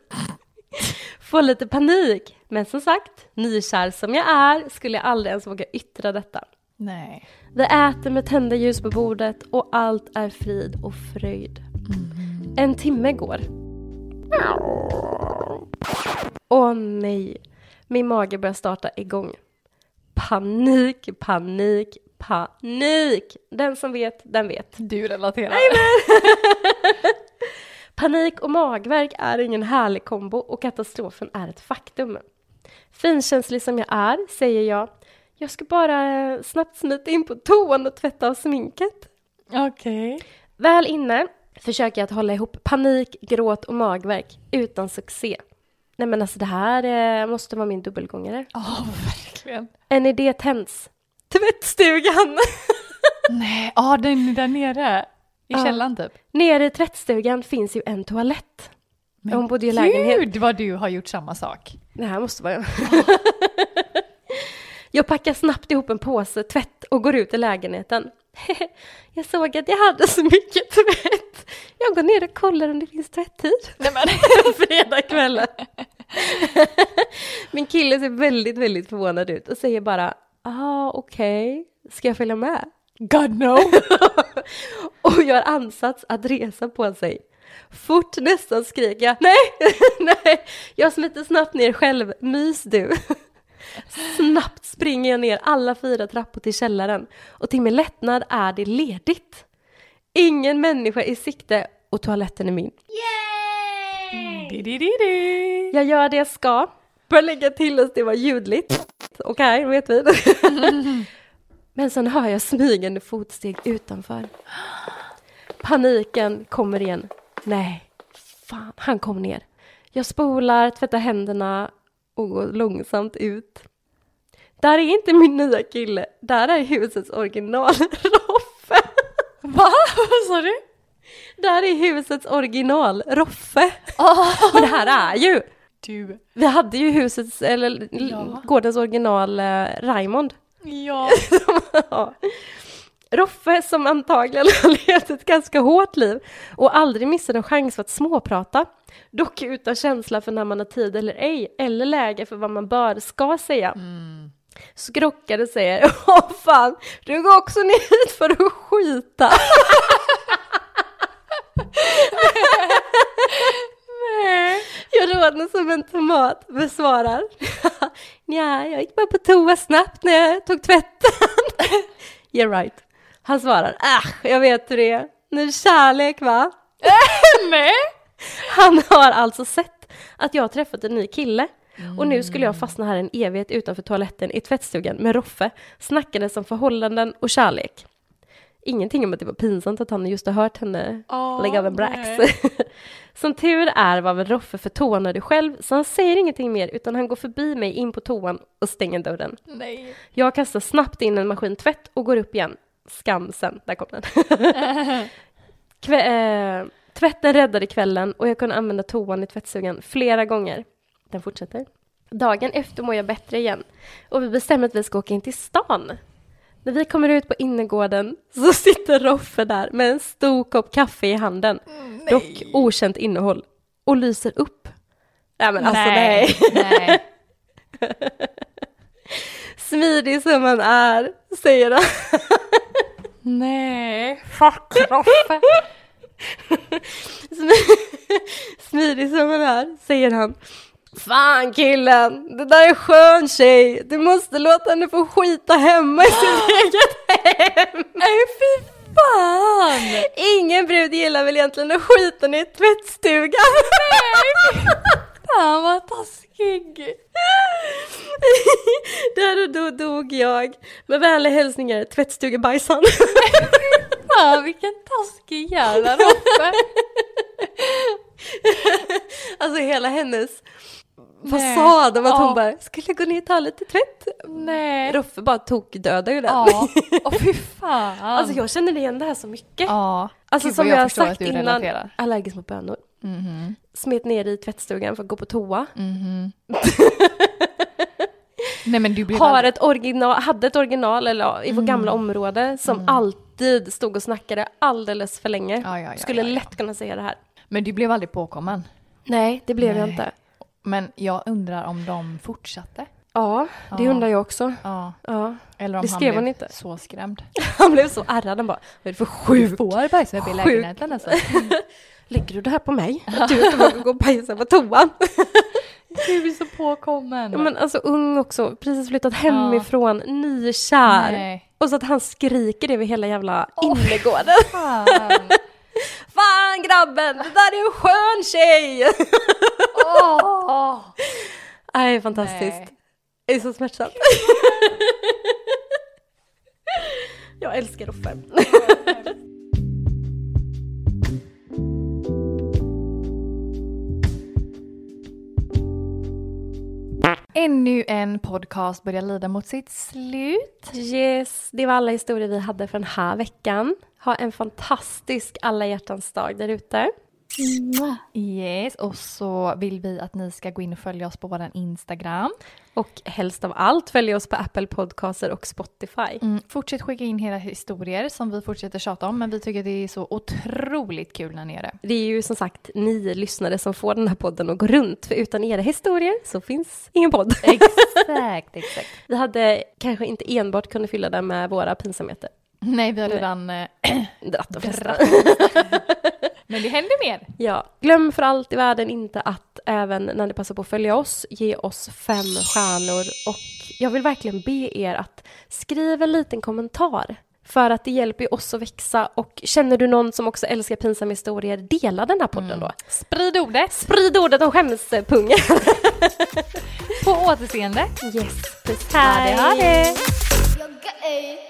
Speaker 1: får lite panik. Men som sagt, nykär som jag är skulle jag aldrig ens våga yttra detta.
Speaker 2: Nej.
Speaker 1: Vi äter med tända ljus på bordet och allt är frid och fröjd. En timme går. Åh nej, min mage börjar starta igång. Panik, panik, panik! Den som vet, den vet.
Speaker 2: Du relaterar.
Speaker 1: Panik och magvärk är ingen härlig kombo och katastrofen är ett faktum. Finkänslig som jag är säger jag, jag ska bara eh, snabbt smita in på toan och tvätta av sminket.
Speaker 2: Okej.
Speaker 1: Väl inne försöker jag att hålla ihop panik, gråt och magvärk utan succé. Nej men alltså det här eh, måste vara min dubbelgångare.
Speaker 2: Ja, verkligen.
Speaker 1: En idé tänds. Tvättstugan! <laughs>
Speaker 2: Nej, ja den är där nere. I
Speaker 1: Ja.
Speaker 2: källaren typ.
Speaker 1: Nere i tvättstugan finns ju en toalett.
Speaker 2: Men
Speaker 1: Hon bodde ju i lägenhet.
Speaker 2: Gud vad du har gjort samma sak.
Speaker 1: Det här måste vara jag. <laughs> jag packar snabbt ihop en påse tvätt och går ut i lägenheten. <laughs> jag såg att jag hade så mycket tvätt. Jag går ner och <laughs> kollar om det finns tvätttid. Nej men, fredagskvällen. Min killen ser väldigt, väldigt förvånad ut och säger bara ah, okej, ska jag följa med?
Speaker 2: God no!
Speaker 1: och gör ansats att resa på sig. Fort nästan skrek jag, nej, <laughs> nej, jag smiter snabbt ner själv, mys du. <laughs> snabbt springer jag ner alla fyra trappor till källaren och till min lättnad är det ledigt. Ingen människa i sikte och toaletten är min.
Speaker 2: Di-di-di-di.
Speaker 1: Jag gör det jag ska. Bör lägga till att det var ljudligt. Okej, då vet vi. <laughs> Men sen hör jag smygande fotsteg utanför. Paniken kommer igen. Nej, fan, han kom ner. Jag spolar, tvättar händerna och går långsamt ut. Där är inte min nya kille, där är husets original-Roffe.
Speaker 2: <laughs> Va? Vad sa du?
Speaker 1: Där är husets original-Roffe.
Speaker 2: Ah,
Speaker 1: Men det här är ju
Speaker 2: du.
Speaker 1: Vi hade ju husets, eller
Speaker 2: Ja.
Speaker 1: gårdens original eh, Raimond. <laughs>
Speaker 2: <laughs> Ja.
Speaker 1: Ja. Roffe som antagligen <laughs> har levt ett ganska hårt liv och aldrig missade en chans för att småprata. Dock utan känsla för när man har tid eller ej, eller läge för vad man bör, ska säga. Skrockade och säger <laughs> Åh fan, du går också ner hit för att skita. Jag rodnar som en tomat, besvarar. <laughs> Nja, jag gick bara på toa snabbt när jag tog tvätten. <laughs> yeah right. Han svarar, ah, jag vet hur det är. Nu kärlek va?
Speaker 2: Nej.
Speaker 1: Han har alltså sett att jag har träffat en ny kille och nu skulle jag fastna här en evighet utanför toaletten i tvättstugan med Roffe, snackades om förhållanden och kärlek. Ingenting om att det var pinsamt att han just har hört henne
Speaker 2: Åh,
Speaker 1: lägga av en brax.
Speaker 2: nej.
Speaker 1: <laughs> Som tur är var väl Roffe förtånade själv, så han säger ingenting mer utan han går förbi mig in på toan och stänger dörren.
Speaker 2: Nej.
Speaker 1: Jag kastar snabbt in en maskintvätt och går upp igen. Skamsen, där kom den. Kvä- eh, tvätten räddade kvällen och jag kunde använda toan i tvättstugan flera gånger. Den fortsätter. Dagen efter mår jag bättre igen och vi bestämmer att vi ska åka in till stan. När vi kommer ut på innergården så <laughs> sitter Roffe där med en stor kopp kaffe i handen, dock okänt innehåll, och lyser upp. Nej men alltså nej.
Speaker 2: nej.
Speaker 1: Smidig som han är, säger han.
Speaker 2: Nej. Fuck <laughs> Roffe.
Speaker 1: Smi- <laughs> Smidig som han är, säger han. Fan killen, det där är skön tjej. Du måste låta henne få skita hemma i <laughs> sitt eget hem. Nej fy fan. Ingen brud gillar väl egentligen att skita ner i tvättstugan. Nej
Speaker 2: Fan vad taskig.
Speaker 1: <laughs> Där och då dog jag. Med vänliga hälsningar tvättstugebajsaren.
Speaker 2: Fan vilken taskig jävla Roffe.
Speaker 1: Alltså hela hennes fasad om att
Speaker 2: Ja.
Speaker 1: hon bara skulle jag gå ner och ta lite tvätt.
Speaker 2: Nej.
Speaker 1: Roffe bara tokdödade ju den.
Speaker 2: Ja. Åh fy fan.
Speaker 1: Alltså jag känner igen det här så mycket.
Speaker 2: Ja.
Speaker 1: Alltså
Speaker 2: Gud,
Speaker 1: som
Speaker 2: vad
Speaker 1: jag, har
Speaker 2: förstår
Speaker 1: sagt
Speaker 2: att du
Speaker 1: innan,
Speaker 2: relaterar.
Speaker 1: allergisk mot bönor.
Speaker 2: Mhm.
Speaker 1: Smet ner i tvättstugan för att gå på toa.
Speaker 2: Mhm. Nej men du blev
Speaker 1: Har
Speaker 2: aldrig-
Speaker 1: ett original, hade ett original eller, ja,
Speaker 2: Mm.
Speaker 1: i vårt gamla område som alltid stod och snackade alldeles för länge.
Speaker 2: Ja, ja, ja,
Speaker 1: Skulle
Speaker 2: ja, ja.
Speaker 1: lätt kunna säga det här.
Speaker 2: Men du blev aldrig påkommen.
Speaker 1: Nej, det blev jag
Speaker 2: Nej.
Speaker 1: inte.
Speaker 2: Men jag undrar om de fortsatte.
Speaker 1: Ja, det
Speaker 2: Ja.
Speaker 1: undrar jag också.
Speaker 2: Ja.
Speaker 1: Ja. <laughs>
Speaker 2: Eller om
Speaker 1: Det
Speaker 2: han
Speaker 1: skrev
Speaker 2: blev
Speaker 1: han inte.
Speaker 2: så skrämd.
Speaker 1: Han blev så ärrad, han bara Vad är det för sjukt?
Speaker 2: Får bajsvärk i lägenheten alltså.
Speaker 1: Lägger du det här på <laughs> mig? Att du inte vågar gå och bajsa på toan?
Speaker 2: <laughs> Du är så påkommen.
Speaker 1: Ja, men alltså ung också, precis flyttat hemifrån, nykär.
Speaker 2: Nej.
Speaker 1: Och så att han skriker det över hela jävla <laughs> innergården.
Speaker 2: Fan.
Speaker 1: Fan grabben, det där är en skön <laughs> tjej!
Speaker 2: Åh.
Speaker 1: Nej, fantastiskt.
Speaker 2: Nej.
Speaker 1: Det är så <laughs> smärtsamt. Jag älskar Roffe.
Speaker 2: Ännu en podcast börjar lida mot sitt slut.
Speaker 1: Yes, det var alla historier vi hade för den här veckan. Ha en fantastisk alla hjärtans dag där ute.
Speaker 2: Yes, och så vill vi att ni ska gå in och följa oss på vår Instagram.
Speaker 1: Och helst av allt följ oss på Apple Podcaster och Spotify.
Speaker 2: Mm, fortsätt skicka in era historier som vi fortsätter tjata om, men vi tycker att det är så otroligt kul när ni gör det.
Speaker 1: Det är ju som sagt ni lyssnare som får den här podden att gå runt, för utan era historier så finns ingen podd.
Speaker 2: Exakt, exakt.
Speaker 1: <laughs> Vi hade kanske inte enbart kunnat fylla den med våra pinsamheter.
Speaker 2: Nej, vi har redan... eh,
Speaker 1: Dratt och festa.
Speaker 2: Men det händer mer.
Speaker 1: <laughs> Ja, glöm för allt i världen inte att även när ni passar på att följa oss, ge oss fem stjärnor. Och jag vill verkligen be er att skriva en liten kommentar. För att det hjälper ju oss att växa. Och känner du någon som också älskar pinsamma historier, dela den här podden då.
Speaker 2: Sprid ordet.
Speaker 1: Sprid ordet om skämspungen.
Speaker 2: På återseende.
Speaker 1: yes, puss
Speaker 2: Ha det, ha
Speaker 1: hej!
Speaker 2: det.
Speaker 7: You're gay.